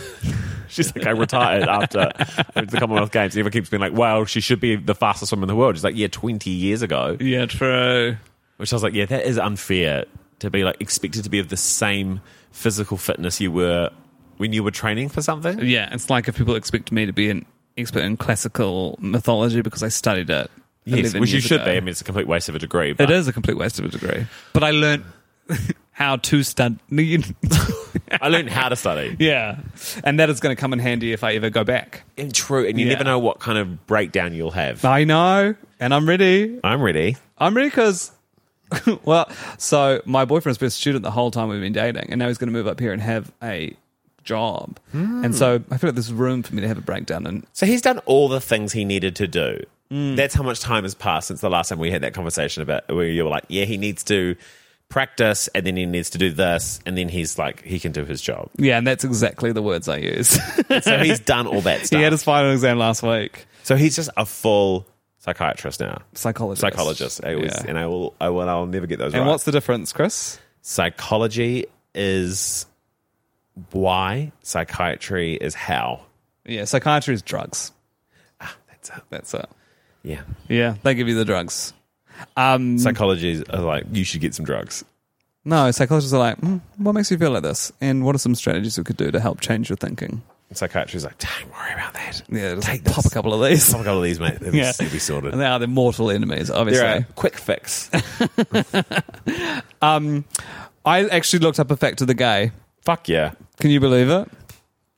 [SPEAKER 1] She's like, I retired after the Commonwealth Games. Everyone keeps being like, wow, she should be the fastest swimmer in the world. She's like, yeah, 20 years ago.
[SPEAKER 2] yeah, true.
[SPEAKER 1] Which I was like, yeah, that is unfair to be like expected to be of the same physical fitness you were when you were training for something.
[SPEAKER 2] Yeah, it's like if people expect me to be an expert in classical mythology because I studied it.
[SPEAKER 1] Yes,
[SPEAKER 2] 11
[SPEAKER 1] which you
[SPEAKER 2] years
[SPEAKER 1] should
[SPEAKER 2] ago.
[SPEAKER 1] be. I mean, uh, it's a complete waste of a degree. But
[SPEAKER 2] It is a complete waste of a degree. But I learned [LAUGHS] how to stunt. [LAUGHS]
[SPEAKER 1] [LAUGHS] I learned how to study. [LAUGHS]
[SPEAKER 2] yeah. And that is going to come in handy if I ever go back.
[SPEAKER 1] And true, and you
[SPEAKER 2] Yeah.
[SPEAKER 1] never know what kind of breakdown you'll have.
[SPEAKER 2] I know. And I'm ready.
[SPEAKER 1] I'm ready.
[SPEAKER 2] I'm ready because, [LAUGHS] well, so my boyfriend's been a student the whole time we've been dating. And now he's going to move up here and have a job. And so I feel like there's room for me to have a breakdown. And
[SPEAKER 1] So he's done all the things he needed to do. That's how much time has passed since the last time we had that conversation about where you were like, yeah, he needs to practice, and then he needs to do this, and then he's like, he can do his [LAUGHS] job.
[SPEAKER 2] yeah, and that's exactly the words I use. [LAUGHS]
[SPEAKER 1] so he's done all that
[SPEAKER 2] he
[SPEAKER 1] stuff.
[SPEAKER 2] had his final exam last week.
[SPEAKER 1] so he's just a full psychiatrist now.
[SPEAKER 2] Psychologist.
[SPEAKER 1] Psychologist, I always,
[SPEAKER 2] Yeah.
[SPEAKER 1] and I will, I will, I'll never get those
[SPEAKER 2] And
[SPEAKER 1] right.
[SPEAKER 2] what's the difference, Chris?
[SPEAKER 1] Psychology is why, psychiatry is how.
[SPEAKER 2] Yeah, psychiatry is drugs.
[SPEAKER 1] That's it.
[SPEAKER 2] That's it.
[SPEAKER 1] Yeah.
[SPEAKER 2] Yeah, they give you the drugs. Um,
[SPEAKER 1] Psychologists are like, you should get some drugs.
[SPEAKER 2] no, psychologists are like, mm, what makes you feel like this, and what are some strategies we could do to help change your thinking?
[SPEAKER 1] And psychiatry's like, don't worry about that.
[SPEAKER 2] Yeah, just
[SPEAKER 1] Take
[SPEAKER 2] pop
[SPEAKER 1] this.
[SPEAKER 2] a couple of these.
[SPEAKER 1] Pop a couple of these, mate. They'll,
[SPEAKER 2] [LAUGHS] Yeah.
[SPEAKER 1] they'll be sorted.
[SPEAKER 2] And they are the mortal enemies, obviously.
[SPEAKER 1] They're a quick fix.
[SPEAKER 2] I actually looked up effect of the gay.
[SPEAKER 1] Fuck yeah.
[SPEAKER 2] Can you believe it?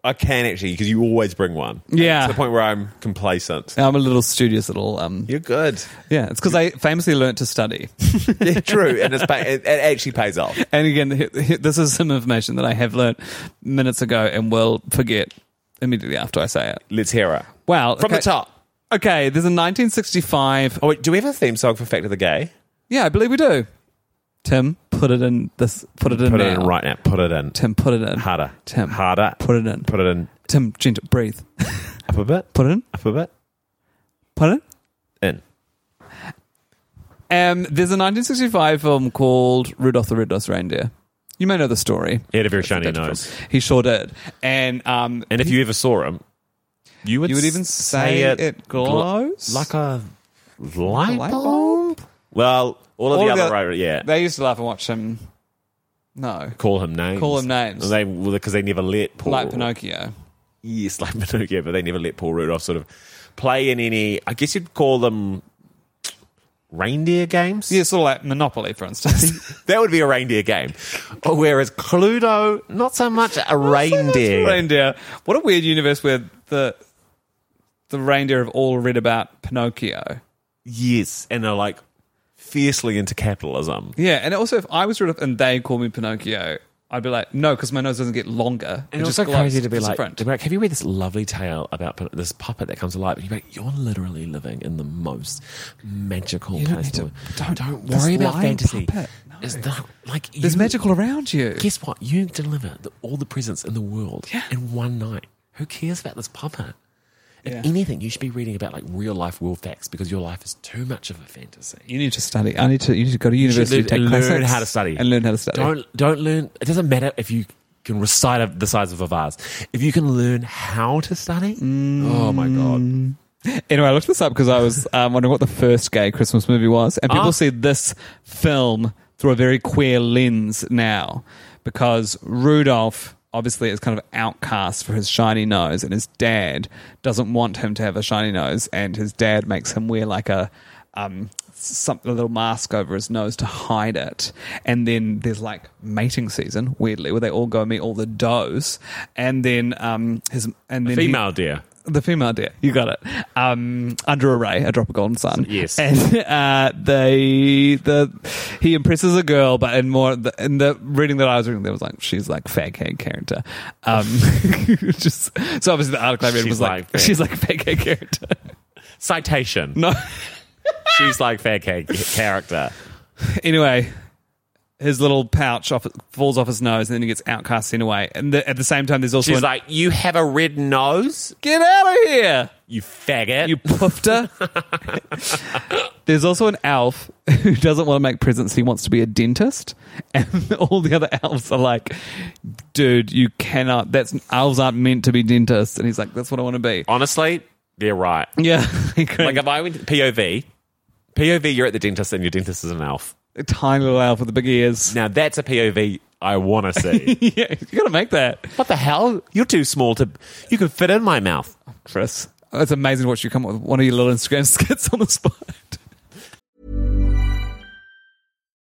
[SPEAKER 1] I can actually, because you always bring one.
[SPEAKER 2] Yeah.
[SPEAKER 1] To the point where I'm complacent.
[SPEAKER 2] I'm a little studious little. Um,
[SPEAKER 1] You're good.
[SPEAKER 2] yeah, it's because I famously learnt to study.
[SPEAKER 1] Yeah, true. And it's pay, it, it actually pays off.
[SPEAKER 2] And again, he- he- this is some information that I have learnt minutes ago and will forget immediately after I say it.
[SPEAKER 1] Let's hear it.
[SPEAKER 2] Wow.
[SPEAKER 1] From the
[SPEAKER 2] okay.
[SPEAKER 1] top.
[SPEAKER 2] Okay, there's a 1965
[SPEAKER 1] Oh, wait, do we have a theme song for Fact of the Gay?
[SPEAKER 2] Yeah, I believe we do. Tim, put it in this. Put it in.
[SPEAKER 1] Put
[SPEAKER 2] now.
[SPEAKER 1] it in right now. Put it in.
[SPEAKER 2] Tim, put it in
[SPEAKER 1] Harder.
[SPEAKER 2] uh, Tim,
[SPEAKER 1] Harder.
[SPEAKER 2] Put it in.
[SPEAKER 1] Put it in.
[SPEAKER 2] Tim, gentle, breathe. [LAUGHS]
[SPEAKER 1] Up a bit.
[SPEAKER 2] Put it in.
[SPEAKER 1] Up a bit.
[SPEAKER 2] Put it.
[SPEAKER 1] In.
[SPEAKER 2] In. Um, there's a 1965 film called Rudolph the Red-Nosed Reindeer. You may know the story.
[SPEAKER 1] He had a very shiny
[SPEAKER 2] Dutch film.
[SPEAKER 1] nose.
[SPEAKER 2] He sure did. And um,
[SPEAKER 1] And if you ever saw him, you would
[SPEAKER 2] You would even
[SPEAKER 1] s-
[SPEAKER 2] say it glows?
[SPEAKER 1] gl- like a light,
[SPEAKER 2] light
[SPEAKER 1] bulb?
[SPEAKER 2] bulb.
[SPEAKER 1] Well, all of
[SPEAKER 2] All
[SPEAKER 1] the
[SPEAKER 2] of
[SPEAKER 1] other
[SPEAKER 2] the-
[SPEAKER 1] right, yeah.
[SPEAKER 2] They used to laugh and watch him. No,
[SPEAKER 1] call him names.
[SPEAKER 2] Call him names.
[SPEAKER 1] They because they never let Paul
[SPEAKER 2] like Pinocchio.
[SPEAKER 1] Yes, [LAUGHS] like Pinocchio, but they never let Paul Rudolph sort of play in any. I guess you'd call them reindeer games.
[SPEAKER 2] Yeah, sort of like Monopoly, for instance.
[SPEAKER 1] [LAUGHS] that would be a reindeer game. Oh, Whereas Cluedo, not so much a reindeer.
[SPEAKER 2] [LAUGHS] reindeer. What a weird universe where the the reindeer have all read about Pinocchio.
[SPEAKER 1] Yes, and they're like fiercely into capitalism.
[SPEAKER 2] Yeah, and also if I was Rudolph and they called me Pinocchio, I'd be like, no, because my nose doesn't get longer.
[SPEAKER 1] And
[SPEAKER 2] It
[SPEAKER 1] it's
[SPEAKER 2] just
[SPEAKER 1] also
[SPEAKER 2] glows.
[SPEAKER 1] crazy to be
[SPEAKER 2] It's
[SPEAKER 1] like,
[SPEAKER 2] different.
[SPEAKER 1] to be like, have you read this lovely tale about p- this puppet that comes alive? And you're like, you're literally living in the most magical
[SPEAKER 2] don't
[SPEAKER 1] place.
[SPEAKER 2] need to-
[SPEAKER 1] in the
[SPEAKER 2] don't-
[SPEAKER 1] world.
[SPEAKER 2] this
[SPEAKER 1] worry about
[SPEAKER 2] lying
[SPEAKER 1] fantasy.
[SPEAKER 2] puppet, no.
[SPEAKER 1] It's not like
[SPEAKER 2] there's
[SPEAKER 1] you-
[SPEAKER 2] magical around you.
[SPEAKER 1] Guess what? You deliver the, all the presents in the world in one night. Who cares about this puppet? If
[SPEAKER 2] Yeah.
[SPEAKER 1] anything, you should be reading about like real life, world facts because your life is too much of a fantasy.
[SPEAKER 2] You need to study. I need to. You need to go to university,
[SPEAKER 1] learn-
[SPEAKER 2] take
[SPEAKER 1] learn
[SPEAKER 2] classics
[SPEAKER 1] how to study.
[SPEAKER 2] and learn how to study.
[SPEAKER 1] Don't don't learn. It doesn't matter if you can recite a- the size of a vase. If you can learn how to study, oh
[SPEAKER 2] Mm.
[SPEAKER 1] my god!
[SPEAKER 2] Anyway, I looked this up because I was um, wondering what the first gay Christmas movie was, and people
[SPEAKER 1] Ah.
[SPEAKER 2] see this film through a very queer lens now because Rudolph obviously is kind of outcast for his shiny nose, and his dad doesn't want him to have a shiny nose, and his dad makes him wear like a um, something a little mask over his nose to hide it. And then there's like mating season, weirdly, where they all go meet all the does, and then um, his and then he-
[SPEAKER 1] Female dear.
[SPEAKER 2] the female deer. You got it. Um, under a ray, a drop of golden sun.
[SPEAKER 1] Yes.
[SPEAKER 2] And uh, they the he impresses a girl, but in more the, in the reading that I was reading, there was like she's like fag hag character. Um, [LAUGHS] just so obviously the article I read
[SPEAKER 1] She's
[SPEAKER 2] was like,
[SPEAKER 1] like fag.
[SPEAKER 2] she's like fag hag character.
[SPEAKER 1] Citation.
[SPEAKER 2] No.
[SPEAKER 1] She's like fair ca- character.
[SPEAKER 2] anyway, his little pouch off, falls off his nose, and then he gets outcast sent away. And the, at the same time, there's also
[SPEAKER 1] She's
[SPEAKER 2] an,
[SPEAKER 1] like, you have a red nose,
[SPEAKER 2] "Get out of here,
[SPEAKER 1] you faggot.
[SPEAKER 2] you poofter!" [LAUGHS] there's also an elf who doesn't want to make presents; he wants to be a dentist, and [LAUGHS] all the other elves are like, "Dude, you cannot. That's elves aren't meant to be dentists." And he's like, "That's what I want to be."
[SPEAKER 1] Honestly, they're
[SPEAKER 2] [LAUGHS]
[SPEAKER 1] right.
[SPEAKER 2] Yeah, he couldn't-
[SPEAKER 1] Like if I went to POV, POV, you're at the dentist and your dentist is an elf.
[SPEAKER 2] a tiny little elf with the big ears. [LAUGHS]
[SPEAKER 1] Now that's a POV I want to see.
[SPEAKER 2] yeah, you got to make that,
[SPEAKER 1] what the hell? You're too small to. You could fit in my mouth.
[SPEAKER 2] Chris. It's amazing what you come up with one of your little Instagram [LAUGHS] skits on the spot.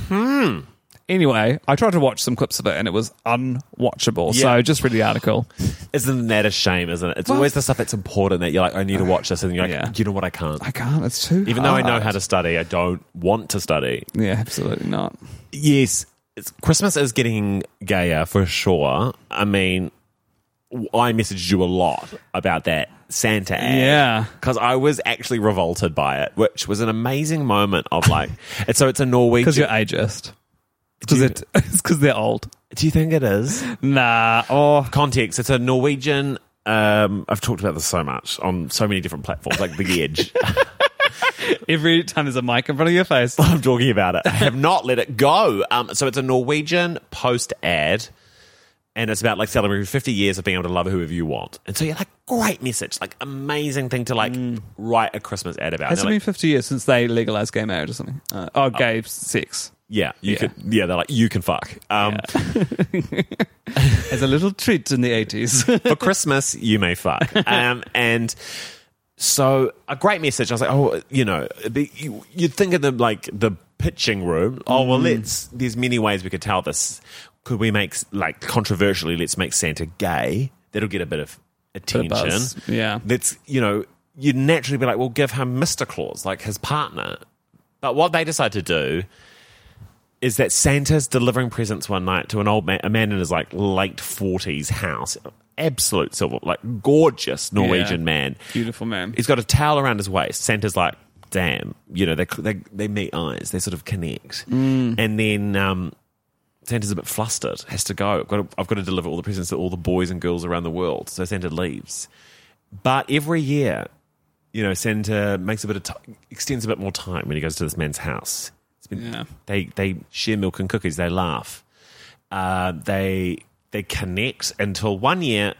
[SPEAKER 2] Hmm. Anyway, I tried to watch some clips of it and it was unwatchable.
[SPEAKER 1] Yeah.
[SPEAKER 2] So just read the article.
[SPEAKER 1] isn't that a shame? Isn't it? It's
[SPEAKER 2] Well-
[SPEAKER 1] always the stuff that's important that you're like, I need to watch this, and you're like,
[SPEAKER 2] Yeah.
[SPEAKER 1] you know what, I can't.
[SPEAKER 2] I can't. It's too.
[SPEAKER 1] Even though I know
[SPEAKER 2] hard.
[SPEAKER 1] how to study, I don't want to study.
[SPEAKER 2] Yeah, absolutely not.
[SPEAKER 1] Yes, it's, Christmas is getting gayer for sure. I mean, w- I messaged you a lot about that Santa ad.
[SPEAKER 2] Yeah.
[SPEAKER 1] because I was actually revolted by it, which was an amazing moment of
[SPEAKER 2] [LAUGHS]
[SPEAKER 1] like. and so it's a Norwegian.
[SPEAKER 2] Because you're ageist. Because
[SPEAKER 1] Dude.
[SPEAKER 2] [LAUGHS] it's because they're old.
[SPEAKER 1] do you think it is?
[SPEAKER 2] Nah. Oh,
[SPEAKER 1] context, it's a Norwegian. Um, I've talked about this so much on so many different platforms, like The Edge.
[SPEAKER 2] every time there's a mic in front of your
[SPEAKER 1] [LAUGHS]
[SPEAKER 2] face.
[SPEAKER 1] I'm talking about it. I have not let it go. Um, so it's a Norwegian post ad, and it's about like celebrating 50 years of being able to love whoever you want. And so you're like, great message, like amazing thing to like write a Christmas ad about.
[SPEAKER 2] Mm. Has
[SPEAKER 1] And
[SPEAKER 2] it
[SPEAKER 1] they're
[SPEAKER 2] been
[SPEAKER 1] like,
[SPEAKER 2] 50 years since they legalized gay marriage or something? Uh, oh, gay sex.
[SPEAKER 1] yeah, you
[SPEAKER 2] Yeah.
[SPEAKER 1] could. Yeah, they're like, you can fuck. Um,
[SPEAKER 2] As a little treat in the 80s.
[SPEAKER 1] for Christmas, you may fuck. Um, and so a great message. I was like, oh, you know, it'd be- you, you'd think of the like the pitching room. Oh well, let's. There's many ways we could tell this. Could we make like controversially? Let's make Santa gay. That'll get a bit of attention.
[SPEAKER 2] buzz. Yeah.
[SPEAKER 1] That's you know you'd naturally be like, well, give him Mister Claus, like his partner. But what they decide to do is that Santa's delivering presents one night to an old man, a man in his like late forties house, absolute silver, like gorgeous Norwegian
[SPEAKER 2] Yeah.
[SPEAKER 1] man.
[SPEAKER 2] [LAUGHS] Beautiful man.
[SPEAKER 1] He's got a towel around his waist. Santa's like, damn, you know, they they they meet eyes, they sort of connect, and then. um Santa's a bit flustered, has to go. I've got, to, I've got to deliver all the presents to all the boys and girls around the world. So Santa leaves. But every year, you know, Santa makes a bit of t- extends a bit more time when he goes to this man's house. It's been,
[SPEAKER 2] Yeah.
[SPEAKER 1] They they share milk and cookies. They laugh. Uh, they they connect until one year.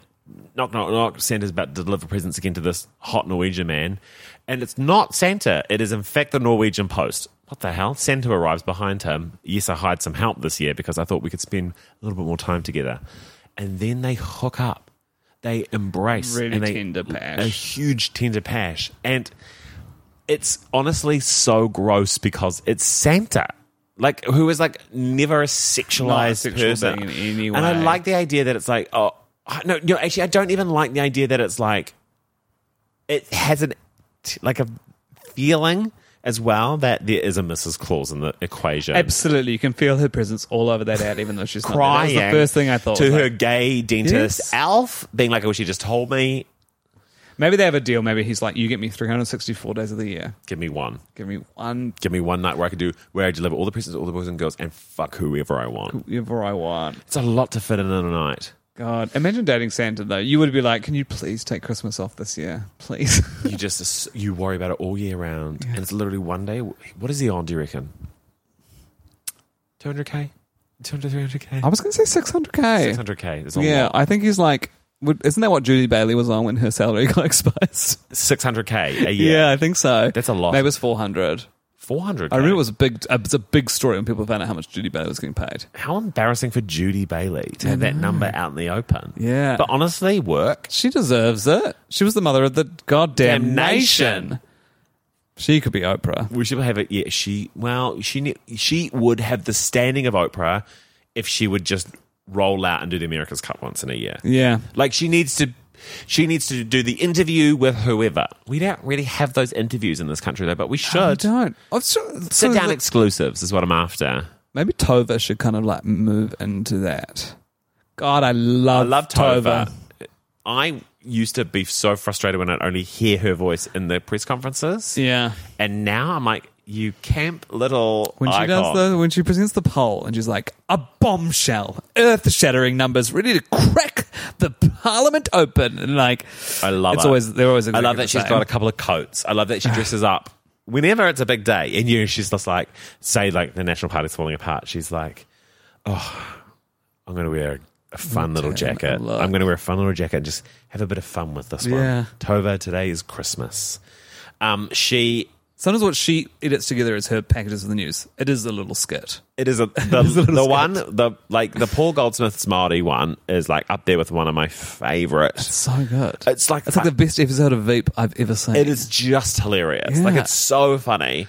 [SPEAKER 1] Knock knock knock. Santa's about to deliver presents again to this hot Norwegian man, and it's not Santa. It is in fact the Norwegian Post. What the hell? Santa arrives behind him. Yes, I hired some help this year because I thought we could spend a little bit more time together. And then they hook up. They embrace.
[SPEAKER 2] Really
[SPEAKER 1] and they,
[SPEAKER 2] tender pash.
[SPEAKER 1] A huge tender pash. And it's honestly so gross because it's Santa. Like who is like never a sexualized
[SPEAKER 2] sexual
[SPEAKER 1] person
[SPEAKER 2] being in any
[SPEAKER 1] And I
[SPEAKER 2] way.
[SPEAKER 1] like the idea that it's like oh I- no, you know, actually I don't even like the idea that it's like it has an like a feeling as well that there is a Mrs. Claus in the equation.
[SPEAKER 2] Absolutely. You can feel her presence all over that ad, even though she's
[SPEAKER 1] Crying.
[SPEAKER 2] not there. That was the first thing I thought.
[SPEAKER 1] to
[SPEAKER 2] was
[SPEAKER 1] her
[SPEAKER 2] like,
[SPEAKER 1] gay dentist
[SPEAKER 2] Yes.
[SPEAKER 1] Alf, being like, "I wish you just told me.
[SPEAKER 2] maybe they have a deal. Maybe he's like, you get me 364 days of the year.
[SPEAKER 1] Give me one.
[SPEAKER 2] Give me one
[SPEAKER 1] Give me one night where I can do where I deliver all the presents, to all the boys and girls, and fuck whoever I want."
[SPEAKER 2] whatever I want.
[SPEAKER 1] It's a lot to fit in in a night.
[SPEAKER 2] God, imagine dating Santa though. You would be like, "Can you please take Christmas off this year, please?"
[SPEAKER 1] You just ass- you worry about it all year round, and it's literally one day. What is he on? Do you reckon? Two hundred k, two hundred three hundred k,
[SPEAKER 2] [LAUGHS] I was going to say six hundred k.
[SPEAKER 1] six hundred k. It's a
[SPEAKER 2] Yeah,
[SPEAKER 1] lot.
[SPEAKER 2] I think he's like. would- Isn't that what Judy Bailey was on when her salary [LAUGHS] got exposed?
[SPEAKER 1] six hundred k a year.
[SPEAKER 2] Yeah, I think so.
[SPEAKER 1] That's a lot.
[SPEAKER 2] Maybe it was four hundred.
[SPEAKER 1] four hundred.
[SPEAKER 2] I remember it was a big. It was a big story when people found out how much Judy Bailey was getting paid.
[SPEAKER 1] how embarrassing for Judy Bailey to have that number out in the open.
[SPEAKER 2] Yeah.
[SPEAKER 1] but honestly, work.
[SPEAKER 2] She deserves it. She was the mother of the goddamn
[SPEAKER 1] Damn
[SPEAKER 2] nation.
[SPEAKER 1] nation.
[SPEAKER 2] She could be Oprah.
[SPEAKER 1] We should have it. Yeah, she. Well, she ne- she would have the standing of Oprah if she would just roll out and do the America's Cup once in a year.
[SPEAKER 2] Yeah.
[SPEAKER 1] Like she needs to she needs to do the interview with whoever. We don't really have those interviews in this country though, but we
[SPEAKER 2] I
[SPEAKER 1] should.
[SPEAKER 2] don't. I've so, so
[SPEAKER 1] Sit down
[SPEAKER 2] the-
[SPEAKER 1] exclusives is what I'm after.
[SPEAKER 2] maybe Tova should kind of like move into that. God, I love,
[SPEAKER 1] I love Tova. I used to be so frustrated when I'd only hear her voice in the press conferences.
[SPEAKER 2] Yeah.
[SPEAKER 1] And now I'm like, you camp little
[SPEAKER 2] When she
[SPEAKER 1] icon.
[SPEAKER 2] does the when she presents the poll and she's like a bombshell, earth shattering numbers ready to crack the parliament open and like
[SPEAKER 1] I love
[SPEAKER 2] it's
[SPEAKER 1] it.
[SPEAKER 2] always they're always
[SPEAKER 1] I love
[SPEAKER 2] exactly
[SPEAKER 1] that she's
[SPEAKER 2] the
[SPEAKER 1] got
[SPEAKER 2] same.
[SPEAKER 1] a couple of coats. I love that she dresses up. Whenever it's a big day, and you know, she's just like, say, like the National Party's falling apart. She's like, oh, I'm going to wear a fun little jacket.
[SPEAKER 2] look.
[SPEAKER 1] I'm going to wear a fun little jacket and just have a bit of fun with this
[SPEAKER 2] Yeah.
[SPEAKER 1] one. Tova, today is Christmas. Um, she,
[SPEAKER 2] Sometimes what she edits together is her packages of the news. It is a little skit.
[SPEAKER 1] it
[SPEAKER 2] [LAUGHS]
[SPEAKER 1] is a, the, the one, the like the Paul Goldsmith Smarty one is like up there with one of my favorites.
[SPEAKER 2] So good.
[SPEAKER 1] It's like
[SPEAKER 2] It's like the best episode of Veep I've ever seen.
[SPEAKER 1] It is just hilarious.
[SPEAKER 2] Yeah.
[SPEAKER 1] Like it's so funny.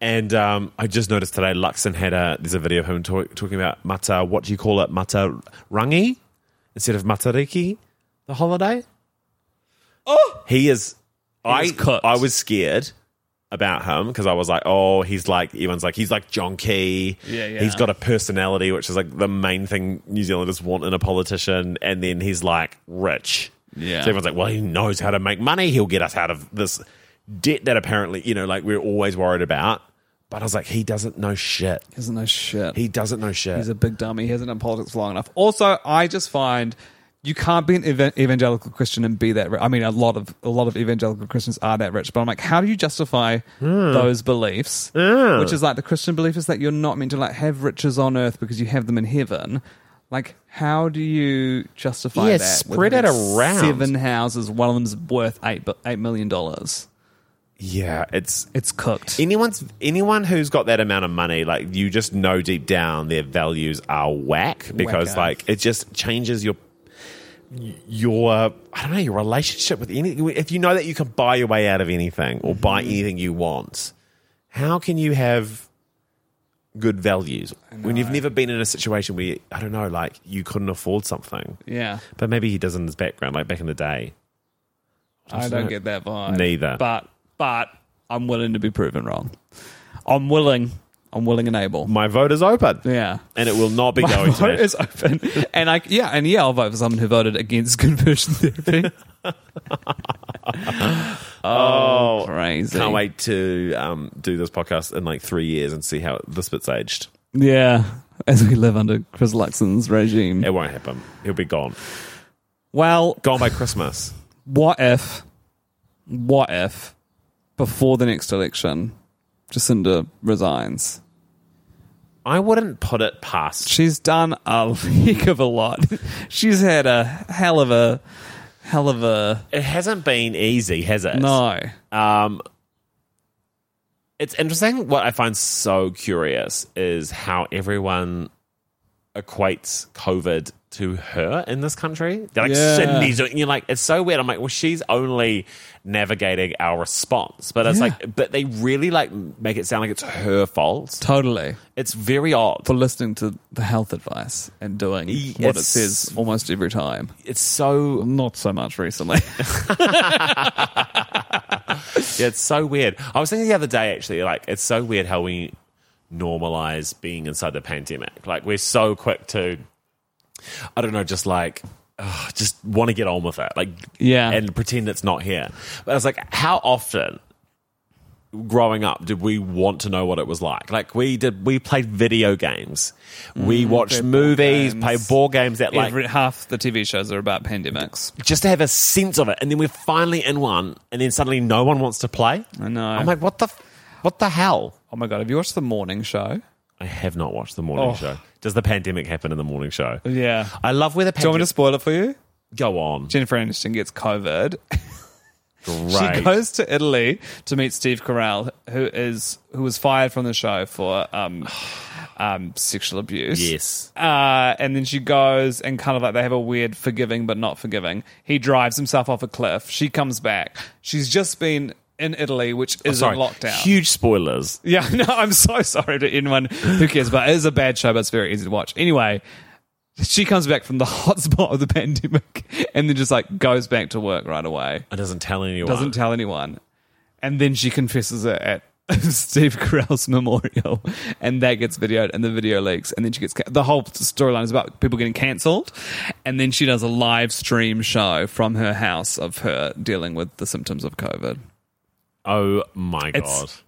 [SPEAKER 1] And um, I just noticed today Luxon had a there's a video of him talk, talking about mata. What do you call it? Mata rangi instead of matariki. The holiday. Oh, he is.
[SPEAKER 2] is
[SPEAKER 1] I
[SPEAKER 2] cooked.
[SPEAKER 1] I was scared about him because I was like, oh, he's like everyone's like he's like John Key.
[SPEAKER 2] Yeah, yeah.
[SPEAKER 1] He's got a personality, which is like the main thing New Zealanders want in a politician, and then he's like rich.
[SPEAKER 2] Yeah.
[SPEAKER 1] So everyone's like, well, he knows how to make money. He'll get us out of this debt that apparently, you know, like we're always worried about. But I was like, he doesn't know shit.
[SPEAKER 2] He doesn't know shit.
[SPEAKER 1] He doesn't know shit.
[SPEAKER 2] He's a big dummy. He hasn't done politics long enough. Also, I just find you can't be an ev- evangelical Christian and be that. Rich. I mean, a lot of a lot of evangelical Christians are that rich, but I'm like, how do you justify
[SPEAKER 1] Hmm.
[SPEAKER 2] those beliefs? Which is like the Christian belief is that you're not meant to like have riches on earth because you have them in heaven. Like, how do you justify
[SPEAKER 1] Yeah,
[SPEAKER 2] that? with
[SPEAKER 1] spread it
[SPEAKER 2] having
[SPEAKER 1] around.
[SPEAKER 2] Seven houses. One of them's worth eight bu- eight million dollars.
[SPEAKER 1] yeah, it's
[SPEAKER 2] It's cooked.
[SPEAKER 1] anyone's anyone who's got that amount of money, like you just know deep down their values are whack because
[SPEAKER 2] Whacker.
[SPEAKER 1] like it just changes your your I don't know your relationship with any. If you know that you can buy your way out of anything or buy
[SPEAKER 2] Mm-hmm.
[SPEAKER 1] anything you want, how can you have good values when you've never been in a situation where I don't know, like you couldn't afford something?
[SPEAKER 2] yeah.
[SPEAKER 1] But maybe he does in his background, like back in the day.
[SPEAKER 2] I don't get that vibe.
[SPEAKER 1] Neither.
[SPEAKER 2] [LAUGHS] But but I'm willing to be proven wrong. I'm willing. I'm willing and able.
[SPEAKER 1] My vote is open,
[SPEAKER 2] Yeah.
[SPEAKER 1] and it will not be
[SPEAKER 2] My
[SPEAKER 1] going to
[SPEAKER 2] vote
[SPEAKER 1] that.
[SPEAKER 2] is open.
[SPEAKER 1] [LAUGHS]
[SPEAKER 2] And I yeah, and yeah, I'll vote for someone who voted against
[SPEAKER 1] [LAUGHS]
[SPEAKER 2] conversion therapy. [LAUGHS] oh, crazy.
[SPEAKER 1] Can't wait to um, do this podcast in like three years and see how this bit's aged.
[SPEAKER 2] Yeah. As we live under Chris Luxon's regime.
[SPEAKER 1] It won't happen. He'll be gone.
[SPEAKER 2] Well,
[SPEAKER 1] Gone by Christmas.
[SPEAKER 2] what if what if before the next election Jacinda resigns?
[SPEAKER 1] I wouldn't put it past.
[SPEAKER 2] She's done a [LAUGHS] heck of a lot. She's had a hell of a hell of a
[SPEAKER 1] It hasn't been easy, has it?
[SPEAKER 2] no.
[SPEAKER 1] Um, it's interesting. What I find so curious is how everyone equates COVID to her in this country. They're like,
[SPEAKER 2] Yeah.
[SPEAKER 1] Sydney's doing, you're like, it's so weird. I'm like, well, she's only navigating our response. But it's
[SPEAKER 2] Yeah.
[SPEAKER 1] like, but they really like make it sound like it's her fault.
[SPEAKER 2] Totally
[SPEAKER 1] It's very odd.
[SPEAKER 2] for listening to the health advice and doing
[SPEAKER 1] Yes.
[SPEAKER 2] what it says almost every time.
[SPEAKER 1] It's so
[SPEAKER 2] Not so much recently.
[SPEAKER 1] [LAUGHS] Yeah, it's so weird. I was thinking the other day, actually, like, it's so weird how we normalize being inside the pandemic. Like, we're so quick to, I don't know, just like, ugh, just want to get on with it. Like,
[SPEAKER 2] Yeah.
[SPEAKER 1] And pretend it's not here. But I was like, how often growing up did we want to know what it was like like we did we played video games we watched movies
[SPEAKER 2] games.
[SPEAKER 1] played board games that like
[SPEAKER 2] [LAUGHS] Every, half the TV shows are about pandemics.
[SPEAKER 1] just to have a sense of it and then we're finally in one and then suddenly no one wants to play
[SPEAKER 2] I know.
[SPEAKER 1] i'm like what the f- what the hell
[SPEAKER 2] Oh my god, have you watched the morning show?
[SPEAKER 1] i have not watched the morning
[SPEAKER 2] Oh.
[SPEAKER 1] show does the pandemic happen in the morning show
[SPEAKER 2] Yeah.
[SPEAKER 1] i love where the
[SPEAKER 2] Do you want me to
[SPEAKER 1] pandemic
[SPEAKER 2] spoil it for you?
[SPEAKER 1] go on
[SPEAKER 2] Jennifer Aniston gets COVID. [LAUGHS] She
[SPEAKER 1] Great.
[SPEAKER 2] goes to Italy to meet Steve Carell, who is who was fired from the show for um, [SIGHS] um, sexual abuse.
[SPEAKER 1] yes
[SPEAKER 2] Uh, and then she goes and kind of like they have a weird forgiving but not forgiving. He drives himself off a cliff. She comes back. She's just been in Italy, which is
[SPEAKER 1] Oh, sorry
[SPEAKER 2] in lockdown.
[SPEAKER 1] huge spoilers
[SPEAKER 2] Yeah, [LAUGHS] no, I'm so sorry to anyone who cares, but it is a bad show, but it's very easy to watch. Anyway, she comes back from the [LAUGHS] hotspot of the pandemic and then just like goes back to work right away.
[SPEAKER 1] it doesn't tell anyone
[SPEAKER 2] Doesn't tell anyone. And then she confesses it at [LAUGHS] Steve Carell's memorial, and that gets videoed, and the video leaks, and then she gets ca- the whole storyline is about people getting cancelled, and then she does a live stream show from her house of her dealing with the symptoms of COVID.
[SPEAKER 1] oh my god
[SPEAKER 2] It's-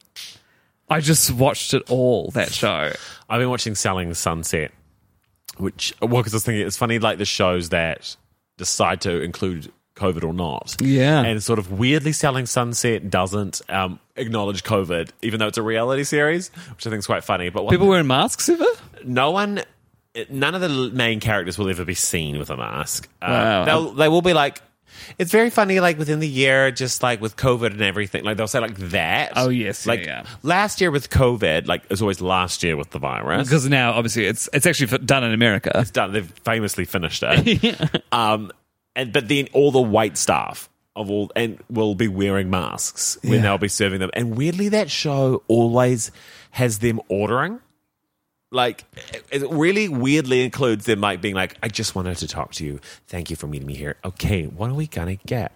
[SPEAKER 2] I just watched it all that show.
[SPEAKER 1] I've been watching Selling Sunset, which well, because I was thinking it's funny, like the shows that decide to include COVID or not.
[SPEAKER 2] Yeah.
[SPEAKER 1] and sort of weirdly, Selling Sunset doesn't um, acknowledge COVID, even though it's a reality series, which I think is quite funny. But what,
[SPEAKER 2] People wearing masks ever?
[SPEAKER 1] no one. None of the l- main characters will ever be seen with a mask. Uh,
[SPEAKER 2] Wow.
[SPEAKER 1] they'll, they will be like, it's very funny. Like within the year, just like with COVID and everything, like they'll say like that.
[SPEAKER 2] Oh, yes, yeah,
[SPEAKER 1] like
[SPEAKER 2] yeah.
[SPEAKER 1] last year with COVID, like it's always last year with the virus.
[SPEAKER 2] Because now, obviously, it's it's actually f- done in America.
[SPEAKER 1] it's done. They've famously finished
[SPEAKER 2] [LAUGHS]
[SPEAKER 1] it. Um, and but then all the white staff of all and will be wearing masks when
[SPEAKER 2] Yeah.
[SPEAKER 1] they'll be serving them. And weirdly, that show always has them ordering. Like, it- it really weirdly includes them like being like, "I just wanted to talk to you. Thank you for meeting me here. Okay, what are we gonna get?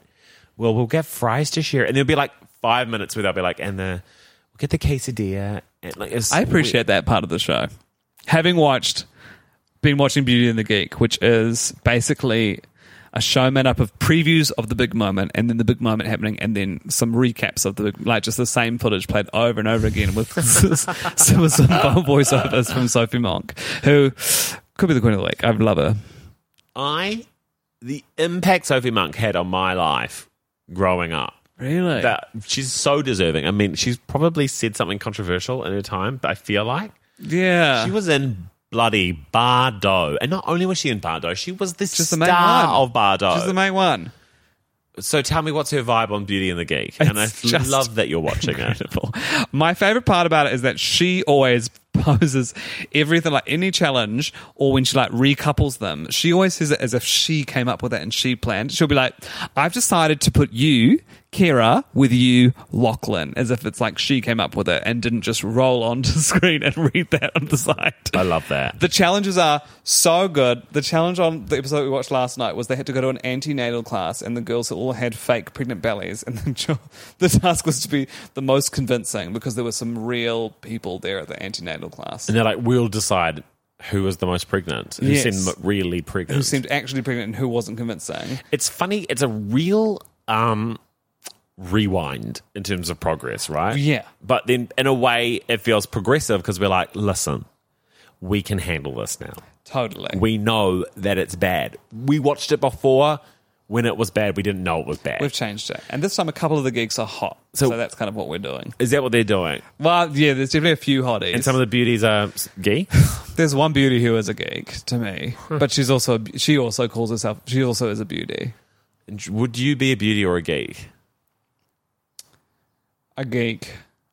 [SPEAKER 1] Well, we'll get fries to share." And there'll be like five minutes where they'll be like, "And the we'll get the quesadilla." And like, it's
[SPEAKER 2] I appreciate that part of the show. Having watched, been watching Beauty and the Geek, which is basically a show made up of previews of the big moment and then the big moment happening and then some recaps of the big, like just the same footage played over and over again with [LAUGHS] some, some some voiceovers from Sophie Monk, who could be the queen of the week. I love her.
[SPEAKER 1] I the impact Sophie Monk had on my life growing up.
[SPEAKER 2] Really?
[SPEAKER 1] That she's so deserving. I mean, she's probably said something controversial in her time, but I feel like
[SPEAKER 2] yeah.
[SPEAKER 1] she was in bloody Bardo, and not only was she in Bardo, she was the
[SPEAKER 2] She's the
[SPEAKER 1] star
[SPEAKER 2] main one.
[SPEAKER 1] of Bardo.
[SPEAKER 2] She's the main one.
[SPEAKER 1] so tell me, what's her vibe on Beauty and the Geek? and I
[SPEAKER 2] It's just
[SPEAKER 1] love that you're watching it.
[SPEAKER 2] [LAUGHS] My favorite part about it is that she always [LAUGHS] poses everything like any challenge or when she like recouples them. She always says it as if she came up with it and she planned. She'll be like, I've decided to put you, Kira, with you, Lachlan, as if it's like she came up with it and didn't just roll [LAUGHS] onto screen and read that on the side.
[SPEAKER 1] I love that.
[SPEAKER 2] The challenges are so good. The challenge on the episode we watched last night was they had to go to an antenatal class, and the girls all had fake pregnant bellies. And the, jo- [LAUGHS] the task was to be the most convincing because there were some real people there at the antenatal class
[SPEAKER 1] And they're like, we'll decide who was the most pregnant. Who
[SPEAKER 2] Yes.
[SPEAKER 1] seemed really pregnant?
[SPEAKER 2] who seemed actually pregnant and who wasn't convincing.
[SPEAKER 1] it's funny. It's a real um, rewind in terms of progress, right?
[SPEAKER 2] Yeah.
[SPEAKER 1] But then, in a way, it feels progressive because we're like, listen, we can handle this now.
[SPEAKER 2] Totally.
[SPEAKER 1] We know that it's bad. We watched it before when it was bad. We didn't know it was bad.
[SPEAKER 2] We've changed it. And this time, a couple of the gigs are hot. So,
[SPEAKER 1] So-
[SPEAKER 2] that's kind of what we're doing.
[SPEAKER 1] Is that what they're doing?
[SPEAKER 2] Well, yeah, there's definitely a few hotties.
[SPEAKER 1] And some of the beauties are [LAUGHS] gay.
[SPEAKER 2] there's one beauty who is a geek to me, but she's also, a- she also calls herself, she also is a beauty.
[SPEAKER 1] Would you be a beauty or a geek?
[SPEAKER 2] A geek.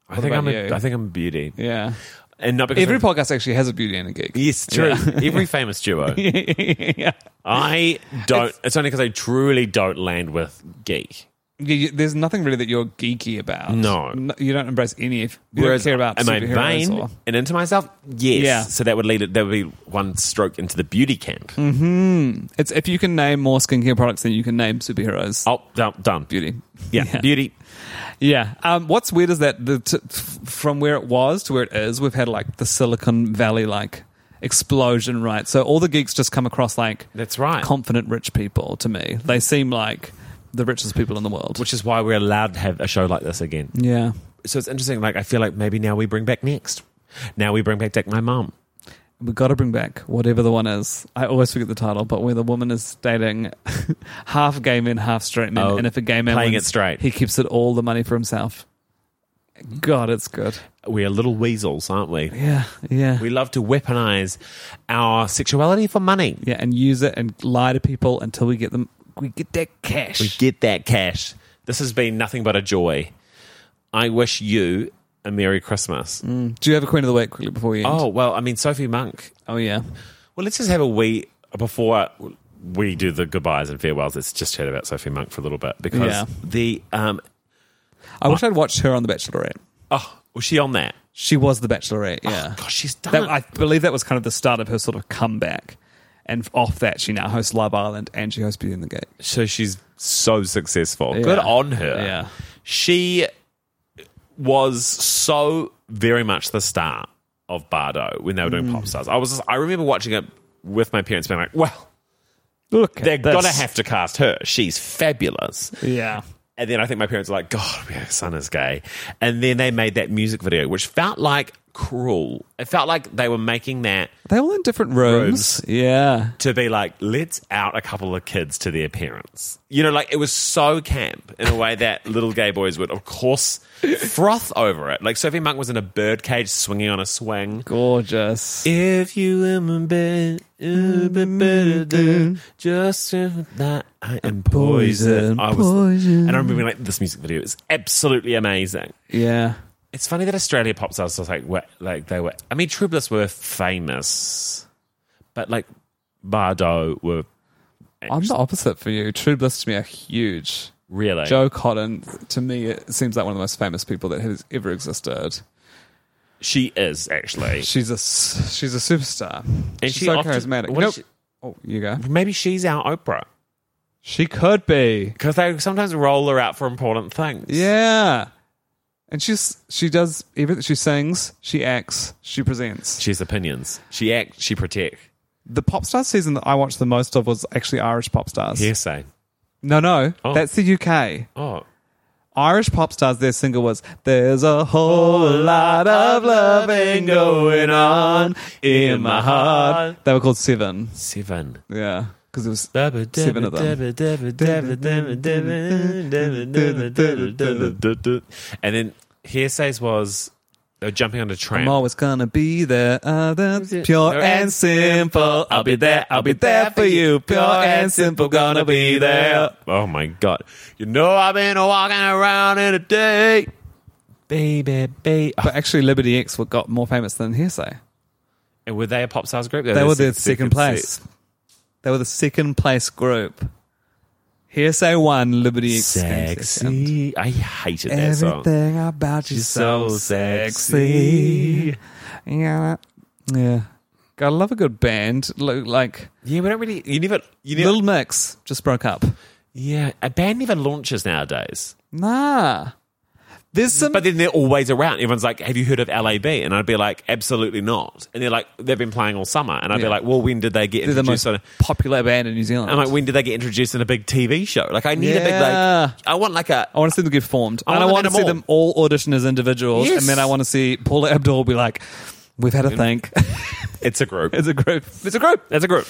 [SPEAKER 1] I think I'm.
[SPEAKER 2] about
[SPEAKER 1] A,
[SPEAKER 2] you?
[SPEAKER 1] I think I'm a beauty,
[SPEAKER 2] Yeah.
[SPEAKER 1] and not because
[SPEAKER 2] Every
[SPEAKER 1] I'm-
[SPEAKER 2] podcast actually has a beauty and a geek.
[SPEAKER 1] Yes, true. Every famous [LAUGHS] duo.
[SPEAKER 2] [LAUGHS] yeah. [LAUGHS]
[SPEAKER 1] I don't. It's, only because I truly don't land with geek.
[SPEAKER 2] You- you- there's nothing really that you're geeky about.
[SPEAKER 1] No.
[SPEAKER 2] you don't embrace any. If, you don't care about
[SPEAKER 1] am I
[SPEAKER 2] superheroes Oh.
[SPEAKER 1] vain
[SPEAKER 2] or-
[SPEAKER 1] and into myself? Yes.
[SPEAKER 2] Yeah.
[SPEAKER 1] So that would lead it. That would be one stroke into the beauty camp.
[SPEAKER 2] Mm. It's if you can name more skincare products than you can name superheroes.
[SPEAKER 1] Oh, done. done.
[SPEAKER 2] Beauty.
[SPEAKER 1] Yeah, beauty.
[SPEAKER 2] Yeah. Um, what's weird is that the t- f- from where it was to where it is, we've had like the Silicon Valley like explosion, right? So all the geeks just come across like
[SPEAKER 1] That's right.
[SPEAKER 2] confident rich people to me. They seem like the richest people in the world.
[SPEAKER 1] Which is why we're allowed to have a show like this again.
[SPEAKER 2] yeah.
[SPEAKER 1] so it's interesting. Like, I feel like maybe now we bring back next. Now we bring back Deck My Mom.
[SPEAKER 2] We've got to bring back whatever the one is. I always forget the title, but where the woman is dating [LAUGHS] half gay men, half straight men,
[SPEAKER 1] Oh,
[SPEAKER 2] and if a gay man
[SPEAKER 1] playing
[SPEAKER 2] wins,
[SPEAKER 1] it straight.
[SPEAKER 2] he keeps it all the money for himself. God, it's good.
[SPEAKER 1] We are little weasels, aren't we?
[SPEAKER 2] Yeah, yeah,
[SPEAKER 1] We love to weaponize our sexuality for money.
[SPEAKER 2] yeah, and use it and lie to people until we get them. We get that cash.
[SPEAKER 1] We get that cash. This has been nothing but a joy. I wish you a Merry Christmas.
[SPEAKER 2] Do you have a queen of the week quickly before we end?
[SPEAKER 1] Oh, well, I mean, Sophie Monk.
[SPEAKER 2] oh yeah.
[SPEAKER 1] Well, let's just have a wee before we do the goodbyes and farewells. Let's just chat about Sophie Monk for a little bit because
[SPEAKER 2] Yeah.
[SPEAKER 1] the. um
[SPEAKER 2] I wish I'd watched her on The Bachelorette.
[SPEAKER 1] Oh, was she on that?
[SPEAKER 2] She was The Bachelorette. Yeah.
[SPEAKER 1] Oh, Gosh, she's done.
[SPEAKER 2] That,
[SPEAKER 1] it.
[SPEAKER 2] I believe that was kind of the start of her sort of comeback. And off that, she now hosts Love Island and she hosts Beauty and the Gate.
[SPEAKER 1] so she's so successful. Good on her.
[SPEAKER 2] Yeah.
[SPEAKER 1] She was so very much the star of Bardo when they were
[SPEAKER 2] Mm.
[SPEAKER 1] doing Pop Stars. I was just, I remember watching it with my parents being like, well,
[SPEAKER 2] Look,
[SPEAKER 1] they're going to have to cast her. She's fabulous.
[SPEAKER 2] Yeah.
[SPEAKER 1] And then I think my parents were like, God, my son is gay. And then they made that music video, which felt like cruel. It felt like they were making that
[SPEAKER 2] They're all in different rooms.
[SPEAKER 1] Rooms.
[SPEAKER 2] Yeah.
[SPEAKER 1] to be like, let's out a couple of kids to their parents. You know, like it was so camp in a way that [LAUGHS] little gay boys would, of course, froth over it. Like Sophie Monk was in a birdcage swinging on a swing.
[SPEAKER 2] Gorgeous.
[SPEAKER 1] If you am in bed, it'd be
[SPEAKER 2] Mm-hmm.
[SPEAKER 1] better than just if that I am poison.
[SPEAKER 2] Poison,
[SPEAKER 1] I was,
[SPEAKER 2] poison.
[SPEAKER 1] and I remember being like, this music video is absolutely amazing.
[SPEAKER 2] Yeah.
[SPEAKER 1] It's funny that Australia pop stars was like, were, like they were. I mean, True Bliss were famous, but like Bardo were
[SPEAKER 2] I'm the opposite for you. True Bliss to me are huge.
[SPEAKER 1] really
[SPEAKER 2] Joe Cotton, to me, it seems like one of the most famous people that has ever existed.
[SPEAKER 1] She is actually.
[SPEAKER 2] She's a s- she's a superstar. she's
[SPEAKER 1] she
[SPEAKER 2] so
[SPEAKER 1] often-
[SPEAKER 2] charismatic.
[SPEAKER 1] what
[SPEAKER 2] Nope.
[SPEAKER 1] is she-
[SPEAKER 2] oh, you go.
[SPEAKER 1] Maybe she's our Oprah
[SPEAKER 2] She could be.
[SPEAKER 1] because they sometimes roll her out for important things.
[SPEAKER 2] Yeah. And she's she does everything. She sings, she acts, she presents.
[SPEAKER 1] she has opinions. She act. She protect.
[SPEAKER 2] The pop star season that I watched the most of was actually Irish pop stars.
[SPEAKER 1] Hearsay.
[SPEAKER 2] No, no,
[SPEAKER 1] Oh.
[SPEAKER 2] that's the UK.
[SPEAKER 1] Oh,
[SPEAKER 2] Irish pop stars. Their single was "There's a whole lot of loving going on in my heart." They were called Seven.
[SPEAKER 1] seven.
[SPEAKER 2] Yeah, because it was
[SPEAKER 1] Seven
[SPEAKER 2] of them.
[SPEAKER 1] And then hearsays was they were jumping on a tram.
[SPEAKER 2] I'm always gonna be there. Uh, that's pure and simple. I'll be there. I'll be there for you. Pure and simple. Gonna be there.
[SPEAKER 1] Oh my god! You know I've been walking around in a day, baby, baby.
[SPEAKER 2] But actually, Liberty X were- got more famous than Hearsay.
[SPEAKER 1] And were they a pop stars group?
[SPEAKER 2] They
[SPEAKER 1] the
[SPEAKER 2] were the second
[SPEAKER 1] se-
[SPEAKER 2] place. They were the second place group. Hearsay one, Liberty X. came second.
[SPEAKER 1] Sexy. I hated that song.
[SPEAKER 2] Everything about you
[SPEAKER 1] She's
[SPEAKER 2] so
[SPEAKER 1] so
[SPEAKER 2] sexy.
[SPEAKER 1] sexy.
[SPEAKER 2] Yeah, yeah. God, I love a good band. Look, Like
[SPEAKER 1] Yeah, we don't really. You never. You never.
[SPEAKER 2] Little Mix just broke up.
[SPEAKER 1] yeah, a band never launches nowadays.
[SPEAKER 2] Nah. There's some.
[SPEAKER 1] But then they're always around. Everyone's like, "Have you heard of LAB?" And I'd be like, "Absolutely not." And they're like, "They've been playing all summer." And I'd
[SPEAKER 2] Yeah.
[SPEAKER 1] be like, "Well, when did they get
[SPEAKER 2] They're the
[SPEAKER 1] introduced?" on
[SPEAKER 2] most
[SPEAKER 1] a-
[SPEAKER 2] popular band in New Zealand.
[SPEAKER 1] I'm like, "When did they get introduced in a big TV show?" Like, I need a big
[SPEAKER 2] Yeah.
[SPEAKER 1] like. I want like a.
[SPEAKER 2] I want to see them get formed.
[SPEAKER 1] I
[SPEAKER 2] and I want
[SPEAKER 1] want
[SPEAKER 2] to
[SPEAKER 1] them
[SPEAKER 2] see
[SPEAKER 1] in 'em
[SPEAKER 2] them all audition as individuals.
[SPEAKER 1] Yes.
[SPEAKER 2] And then I want to see Paula Abdul be like, we've had a think.
[SPEAKER 1] It's a group.
[SPEAKER 2] [LAUGHS] it's a group. It's a group.
[SPEAKER 1] That's a group.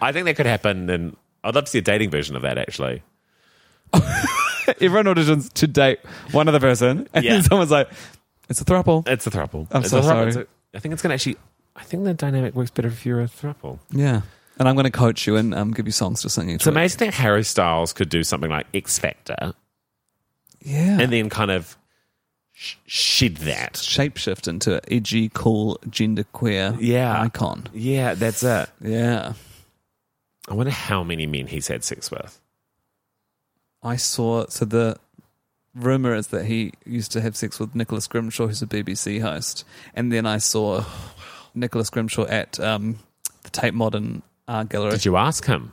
[SPEAKER 1] I think that could happen, and I'd love to see a dating version of that. Actually,
[SPEAKER 2] [LAUGHS] Everyone auditions to date one other person. And
[SPEAKER 1] Yeah.
[SPEAKER 2] then [LAUGHS] someone's like, it's a throuple.
[SPEAKER 1] it's a throuple.
[SPEAKER 2] I'm
[SPEAKER 1] it's
[SPEAKER 2] so
[SPEAKER 1] a throuple.
[SPEAKER 2] sorry.
[SPEAKER 1] It's a- I think it's going to actually. I think the dynamic works better if you're a throuple.
[SPEAKER 2] Yeah. And I'm going to coach you and um, give you songs to sing each
[SPEAKER 1] It's amazing that Harry Styles could do something like X Factor
[SPEAKER 2] Yeah.
[SPEAKER 1] [LAUGHS] and then kind of sh- shed that.
[SPEAKER 2] shapeshift into an edgy, cool, genderqueer
[SPEAKER 1] Yeah.
[SPEAKER 2] icon.
[SPEAKER 1] Yeah, that's it.
[SPEAKER 2] Yeah.
[SPEAKER 1] I wonder how many men he's had sex with.
[SPEAKER 2] I saw. So the rumor is that he used to have sex with Nicholas Grimshaw, who's a BBC host, and then I
[SPEAKER 1] Oh,
[SPEAKER 2] saw Nicholas Grimshaw at um, the Tate Modern Art Gallery.
[SPEAKER 1] Did you ask him?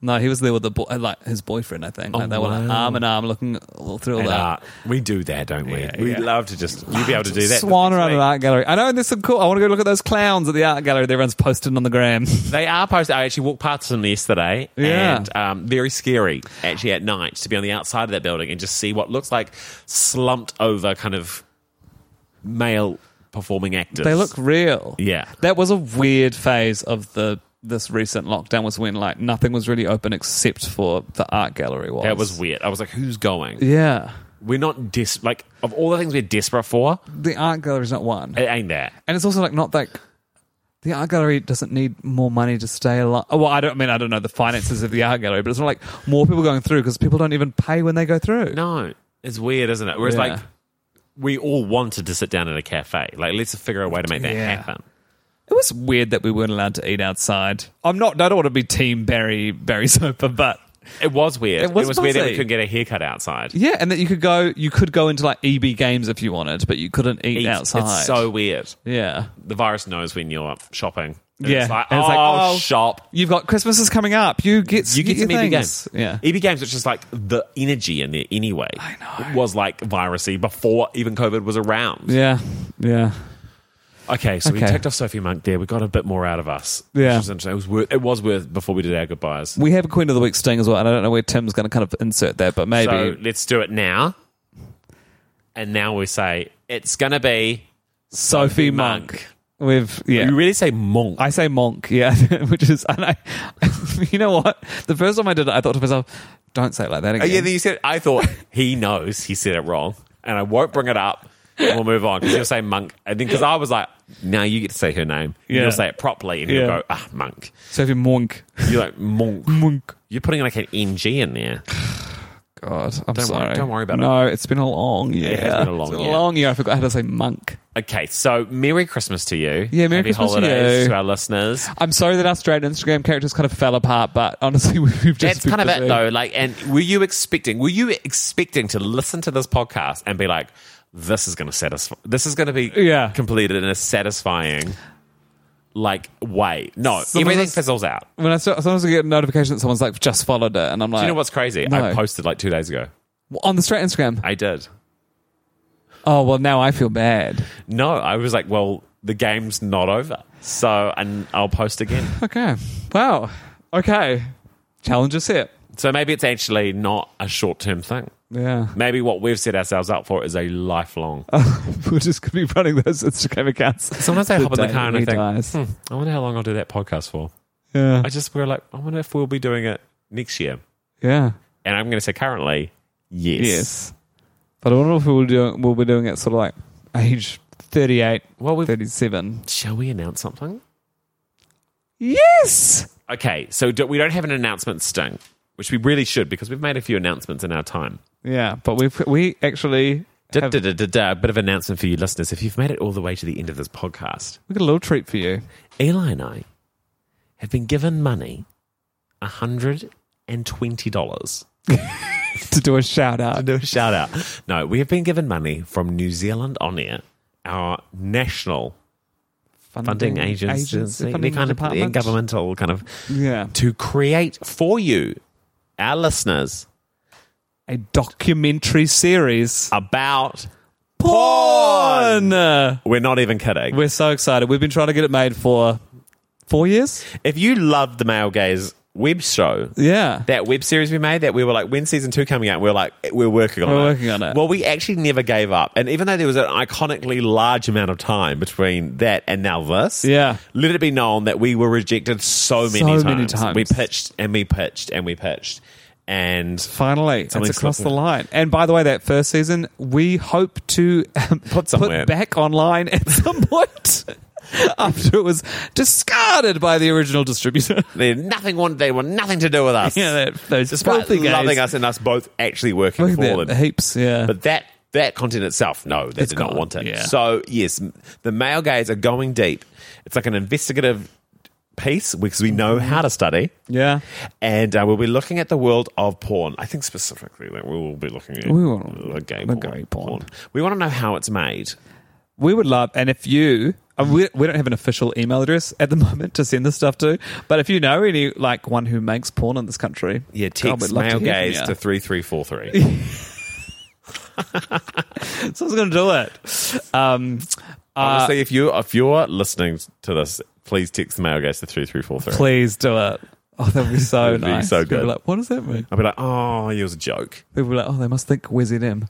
[SPEAKER 2] No, he was there with a boy, like his boyfriend, I think.
[SPEAKER 1] Oh,
[SPEAKER 2] like they were like
[SPEAKER 1] wow.
[SPEAKER 2] arm in arm, looking all through all
[SPEAKER 1] And,
[SPEAKER 2] that.
[SPEAKER 1] uh, we do that, don't we?
[SPEAKER 2] Yeah,
[SPEAKER 1] we
[SPEAKER 2] yeah.
[SPEAKER 1] love to just you be able to do that.
[SPEAKER 2] Swan around an
[SPEAKER 1] They-
[SPEAKER 2] art gallery. I know, and there's some cool. I want to go look at those clowns at the art gallery. that Everyone's posting on
[SPEAKER 1] [LAUGHS]
[SPEAKER 2] the gram.
[SPEAKER 1] They are posted. I actually walked past them yesterday,
[SPEAKER 2] Yeah.
[SPEAKER 1] and um, very scary actually at night to be on the outside of that building and just see what looks like slumped over kind of male performing actors.
[SPEAKER 2] They look real.
[SPEAKER 1] Yeah.
[SPEAKER 2] That was a weird phase of the this recent lockdown was when like nothing was really open except for the art gallery was.
[SPEAKER 1] That was weird. I was like, who's going?
[SPEAKER 2] Yeah.
[SPEAKER 1] We're not des- like of all the things we're desperate for.
[SPEAKER 2] The art gallery's not one.
[SPEAKER 1] It ain't that.
[SPEAKER 2] And it's also like not like the art gallery doesn't need more money to stay alive. Oh, Well, I don't I mean I don't know the finances of the art gallery, but it's not like more people going through because people don't even pay when they go through.
[SPEAKER 1] No, it's weird, isn't it? Whereas
[SPEAKER 2] Yeah.
[SPEAKER 1] like we all wanted to sit down at a cafe. Like let's figure a way to make that
[SPEAKER 2] Yeah.
[SPEAKER 1] happen.
[SPEAKER 2] It was weird that we weren't allowed to eat outside. I'm not. I don't want to be Team Barry Barry [LAUGHS] Soper, but
[SPEAKER 1] It was weird.
[SPEAKER 2] It was
[SPEAKER 1] weird that we
[SPEAKER 2] fuzzy.
[SPEAKER 1] couldn't get a haircut outside.
[SPEAKER 2] yeah, and that you could go. You could go into like EB Games if you wanted, but you couldn't eat,
[SPEAKER 1] It's-
[SPEAKER 2] outside.
[SPEAKER 1] It's so weird.
[SPEAKER 2] yeah.
[SPEAKER 1] The virus knows when you're shopping. And
[SPEAKER 2] Yeah.
[SPEAKER 1] It's like,
[SPEAKER 2] And it's like,
[SPEAKER 1] oh,
[SPEAKER 2] oh,
[SPEAKER 1] shop.
[SPEAKER 2] You've got Christmas is coming up. You get
[SPEAKER 1] You get
[SPEAKER 2] your
[SPEAKER 1] some EB
[SPEAKER 2] things.
[SPEAKER 1] games.
[SPEAKER 2] Yeah.
[SPEAKER 1] EB games, which is like the energy in there anyway. I know. It was like virusy before even COVID was around.
[SPEAKER 2] yeah. Yeah.
[SPEAKER 1] Okay, so we
[SPEAKER 2] Okay.
[SPEAKER 1] ticked off Sophie Monk there. We got a bit more out of us.
[SPEAKER 2] Yeah.
[SPEAKER 1] Which was interesting. It was worth, it was worth before we did our goodbyes.
[SPEAKER 2] We have a Queen of the Week sting as well, and I don't know where Tim's going to kind of insert that, but maybe
[SPEAKER 1] So let's do it now. And now we say it's gonna be.
[SPEAKER 2] Sophie
[SPEAKER 1] Monk.
[SPEAKER 2] Monk. We've yeah.
[SPEAKER 1] You really say monk?
[SPEAKER 2] I say monk, yeah, [LAUGHS] which is and I, [LAUGHS] you know what? The first time I did it, I thought to myself, "Don't say it like that
[SPEAKER 1] Oh,
[SPEAKER 2] again."
[SPEAKER 1] yeah, then you said. I [LAUGHS] thought he knows he said it wrong, and I won't bring it up. And we'll move on because you'll say monk, and then because I was like, now you get to say her name.
[SPEAKER 2] Yeah.
[SPEAKER 1] You'll say it properly, and you will
[SPEAKER 2] Yeah.
[SPEAKER 1] go ah monk.
[SPEAKER 2] Sophie Monk.
[SPEAKER 1] You're like monk.
[SPEAKER 2] Monk.
[SPEAKER 1] You're putting like an ng in there.
[SPEAKER 2] God, I'm
[SPEAKER 1] Don't worry-
[SPEAKER 2] sorry.
[SPEAKER 1] don't worry about
[SPEAKER 2] no, it. No, it's been a long year.
[SPEAKER 1] it has been a long
[SPEAKER 2] It's
[SPEAKER 1] year.
[SPEAKER 2] long year. I forgot how to say monk.
[SPEAKER 1] Okay, so Merry Christmas to you.
[SPEAKER 2] Yeah, Merry
[SPEAKER 1] Happy
[SPEAKER 2] Christmas to
[SPEAKER 1] holidays
[SPEAKER 2] you.
[SPEAKER 1] to our listeners.
[SPEAKER 2] I'm sorry that our straight Instagram characters kind of fell apart, but honestly, [LAUGHS] we've just
[SPEAKER 1] That's
[SPEAKER 2] been
[SPEAKER 1] kind of it,
[SPEAKER 2] busy.
[SPEAKER 1] though. Like, and were you expecting? Were you expecting to listen to this podcast and be like, "This is going to satisfy. This is going to be
[SPEAKER 2] Yeah.
[SPEAKER 1] completed in a satisfying, like way." No,
[SPEAKER 2] Some of
[SPEAKER 1] everything
[SPEAKER 2] us-
[SPEAKER 1] fizzles out.
[SPEAKER 2] When I saw- sometimes I get a notification that someone's like just followed it, and I'm like,
[SPEAKER 1] Do you know what's crazy? I
[SPEAKER 2] No.
[SPEAKER 1] posted like two days ago.
[SPEAKER 2] on the straight Instagram?
[SPEAKER 1] I did.
[SPEAKER 2] Oh well, now I feel bad.
[SPEAKER 1] No, I was like, "Well, the game's not over, so and I'll post
[SPEAKER 2] [LAUGHS]
[SPEAKER 1] again."
[SPEAKER 2] Okay. Wow. Okay. Challenge is set.
[SPEAKER 1] so maybe it's actually not a short-term thing.
[SPEAKER 2] Yeah. [LAUGHS]
[SPEAKER 1] Maybe what we've set ourselves up for is a lifelong.
[SPEAKER 2] We're just gonna be running those Instagram accounts.
[SPEAKER 1] [LAUGHS] Sometimes I
[SPEAKER 2] The
[SPEAKER 1] hop in the
[SPEAKER 2] day
[SPEAKER 1] car and I
[SPEAKER 2] he
[SPEAKER 1] think,
[SPEAKER 2] dies.
[SPEAKER 1] "Hmm, I wonder how long I'll do that podcast for.
[SPEAKER 2] Yeah.
[SPEAKER 1] I just we're like, I wonder if we'll be doing it next year.
[SPEAKER 2] Yeah.
[SPEAKER 1] And I'm going to say currently, yes.
[SPEAKER 2] Yes. But I wonder if we'll do we'll be doing it sort of like age 38,
[SPEAKER 1] Well, we've,
[SPEAKER 2] 37.
[SPEAKER 1] shall we announce something?
[SPEAKER 2] Yes.
[SPEAKER 1] Okay, so do, we don't have an announcement sting, which we really should because we've made a few announcements in our time.
[SPEAKER 2] Yeah, but we we actually
[SPEAKER 1] Da,
[SPEAKER 2] have,
[SPEAKER 1] da, da, da, da, a bit of announcement for you listeners. If you've made it all the way to the end of this podcast,
[SPEAKER 2] we got a little treat for you. [LAUGHS]
[SPEAKER 1] Eli and I have been given money, $120.
[SPEAKER 2] to do a shout out.
[SPEAKER 1] do a shout out. No, we have been given money from New Zealand On Air, our national funding agency, any kind of
[SPEAKER 2] department.
[SPEAKER 1] governmental kind of
[SPEAKER 2] Yeah.
[SPEAKER 1] to create for you, our listeners,
[SPEAKER 2] A documentary series.
[SPEAKER 1] about.
[SPEAKER 2] Porn!
[SPEAKER 1] We're not even kidding.
[SPEAKER 2] We're so excited. We've been trying to get it made for four years.
[SPEAKER 1] If you loved the male gaze web show,
[SPEAKER 2] Yeah.
[SPEAKER 1] that web series we made that we were like, when season two coming out? We are like, we're working on
[SPEAKER 2] We're
[SPEAKER 1] it.
[SPEAKER 2] working on it.
[SPEAKER 1] Well, we actually never gave up. And even though there was an iconically large amount of time between that and now this,
[SPEAKER 2] Yeah.
[SPEAKER 1] let it be known that we were rejected so many times.
[SPEAKER 2] So many times.
[SPEAKER 1] We pitched and we pitched and we pitched. And
[SPEAKER 2] Finally,
[SPEAKER 1] Something's
[SPEAKER 2] it's across
[SPEAKER 1] looking-
[SPEAKER 2] the line. And by the way, that first season, we hope to [LAUGHS] um, put,
[SPEAKER 1] somewhere.
[SPEAKER 2] back online at [LAUGHS] some point after it was discarded by the original distributor.
[SPEAKER 1] they nothing wanted, they want nothing to do with us.
[SPEAKER 2] [LAUGHS] yeah, that, those
[SPEAKER 1] Despite
[SPEAKER 2] filthy guys.
[SPEAKER 1] loving us and us both actually working
[SPEAKER 2] Look at
[SPEAKER 1] for
[SPEAKER 2] them,
[SPEAKER 1] them.
[SPEAKER 2] heaps, yeah.
[SPEAKER 1] But that that content itself, no, they
[SPEAKER 2] It's
[SPEAKER 1] did not
[SPEAKER 2] gone,
[SPEAKER 1] want it.
[SPEAKER 2] yeah.
[SPEAKER 1] So yes, m- the male gaze are going deep. It's like an investigative piece because we know how to study.
[SPEAKER 2] yeah.
[SPEAKER 1] And uh, we'll be looking at the world of porn. I think specifically, like, we will be looking at
[SPEAKER 2] We will-
[SPEAKER 1] uh, gay,
[SPEAKER 2] the
[SPEAKER 1] porn,
[SPEAKER 2] gay porn.
[SPEAKER 1] We want to know how it's made.
[SPEAKER 2] We would love, and if you, uh, we, we don't have an official email address at the [LAUGHS] moment to send this stuff to, but if you know any, like one who makes porn in this country,
[SPEAKER 1] Yeah,
[SPEAKER 2] God, we'd
[SPEAKER 1] text
[SPEAKER 2] love
[SPEAKER 1] male
[SPEAKER 2] to hear from
[SPEAKER 1] gaze
[SPEAKER 2] ya.
[SPEAKER 1] to three three four three.
[SPEAKER 2] Someone's going to do it. Um, [LAUGHS] uh,
[SPEAKER 1] Honestly, if you if you're listening to this, please text male gaze to three three four three.
[SPEAKER 2] please do it. Oh, that would be so
[SPEAKER 1] That'd be
[SPEAKER 2] nice.
[SPEAKER 1] so
[SPEAKER 2] People
[SPEAKER 1] good.
[SPEAKER 2] be like, what does that mean?
[SPEAKER 1] I'll be like, oh, it was a joke.
[SPEAKER 2] People were like, oh, they must think we're ZM.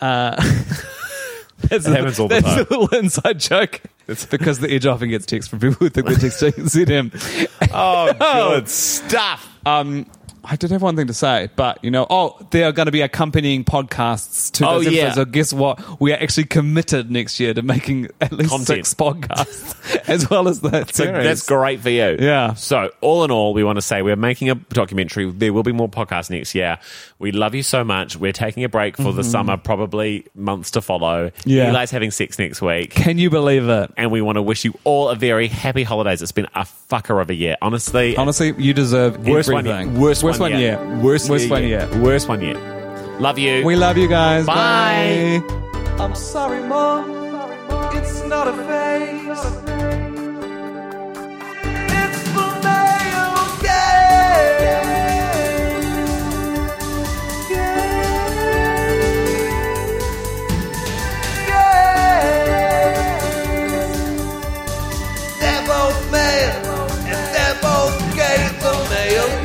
[SPEAKER 2] Uh, [LAUGHS] That's
[SPEAKER 1] It happens all the
[SPEAKER 2] that's
[SPEAKER 1] time.
[SPEAKER 2] a little inside joke. It's because the edge often gets text from people
[SPEAKER 1] [LAUGHS]
[SPEAKER 2] who think they text ZM. [LAUGHS]
[SPEAKER 1] Oh, good stuff.
[SPEAKER 2] Um, I did have one thing to say, but you know, oh, there are going to be accompanying podcasts to
[SPEAKER 1] Oh,
[SPEAKER 2] this
[SPEAKER 1] yeah.
[SPEAKER 2] episode. So guess what? We are actually committed next year to making at least
[SPEAKER 1] Content.
[SPEAKER 2] six podcasts, [LAUGHS] as well as that
[SPEAKER 1] So
[SPEAKER 2] series.
[SPEAKER 1] that's great for you.
[SPEAKER 2] Yeah.
[SPEAKER 1] So, all in all, we want to say we're making a documentary. There will be more podcasts next year. We love you so much. We're taking a break for the summer, probably months to follow.
[SPEAKER 2] Yeah.
[SPEAKER 1] Eli's having sex next week.
[SPEAKER 2] Can you believe it?
[SPEAKER 1] And we want to wish you all a very happy holidays. It's been a fucker of a year. Honestly,
[SPEAKER 2] Honestly, you deserve
[SPEAKER 1] worst one
[SPEAKER 2] everything.
[SPEAKER 1] yet. Worst,
[SPEAKER 2] one,
[SPEAKER 1] one
[SPEAKER 2] yet.
[SPEAKER 1] yet. Worst,
[SPEAKER 2] Worst one
[SPEAKER 1] yet.
[SPEAKER 2] yet.
[SPEAKER 1] Worst one yet. Love you.
[SPEAKER 2] We love you guys.
[SPEAKER 1] Bye.
[SPEAKER 2] Bye.
[SPEAKER 3] I'm sorry, Mom. It's not a phase. It's the male gaze. Gaze. Gaze. They're both male and they're both gay. The male gaze.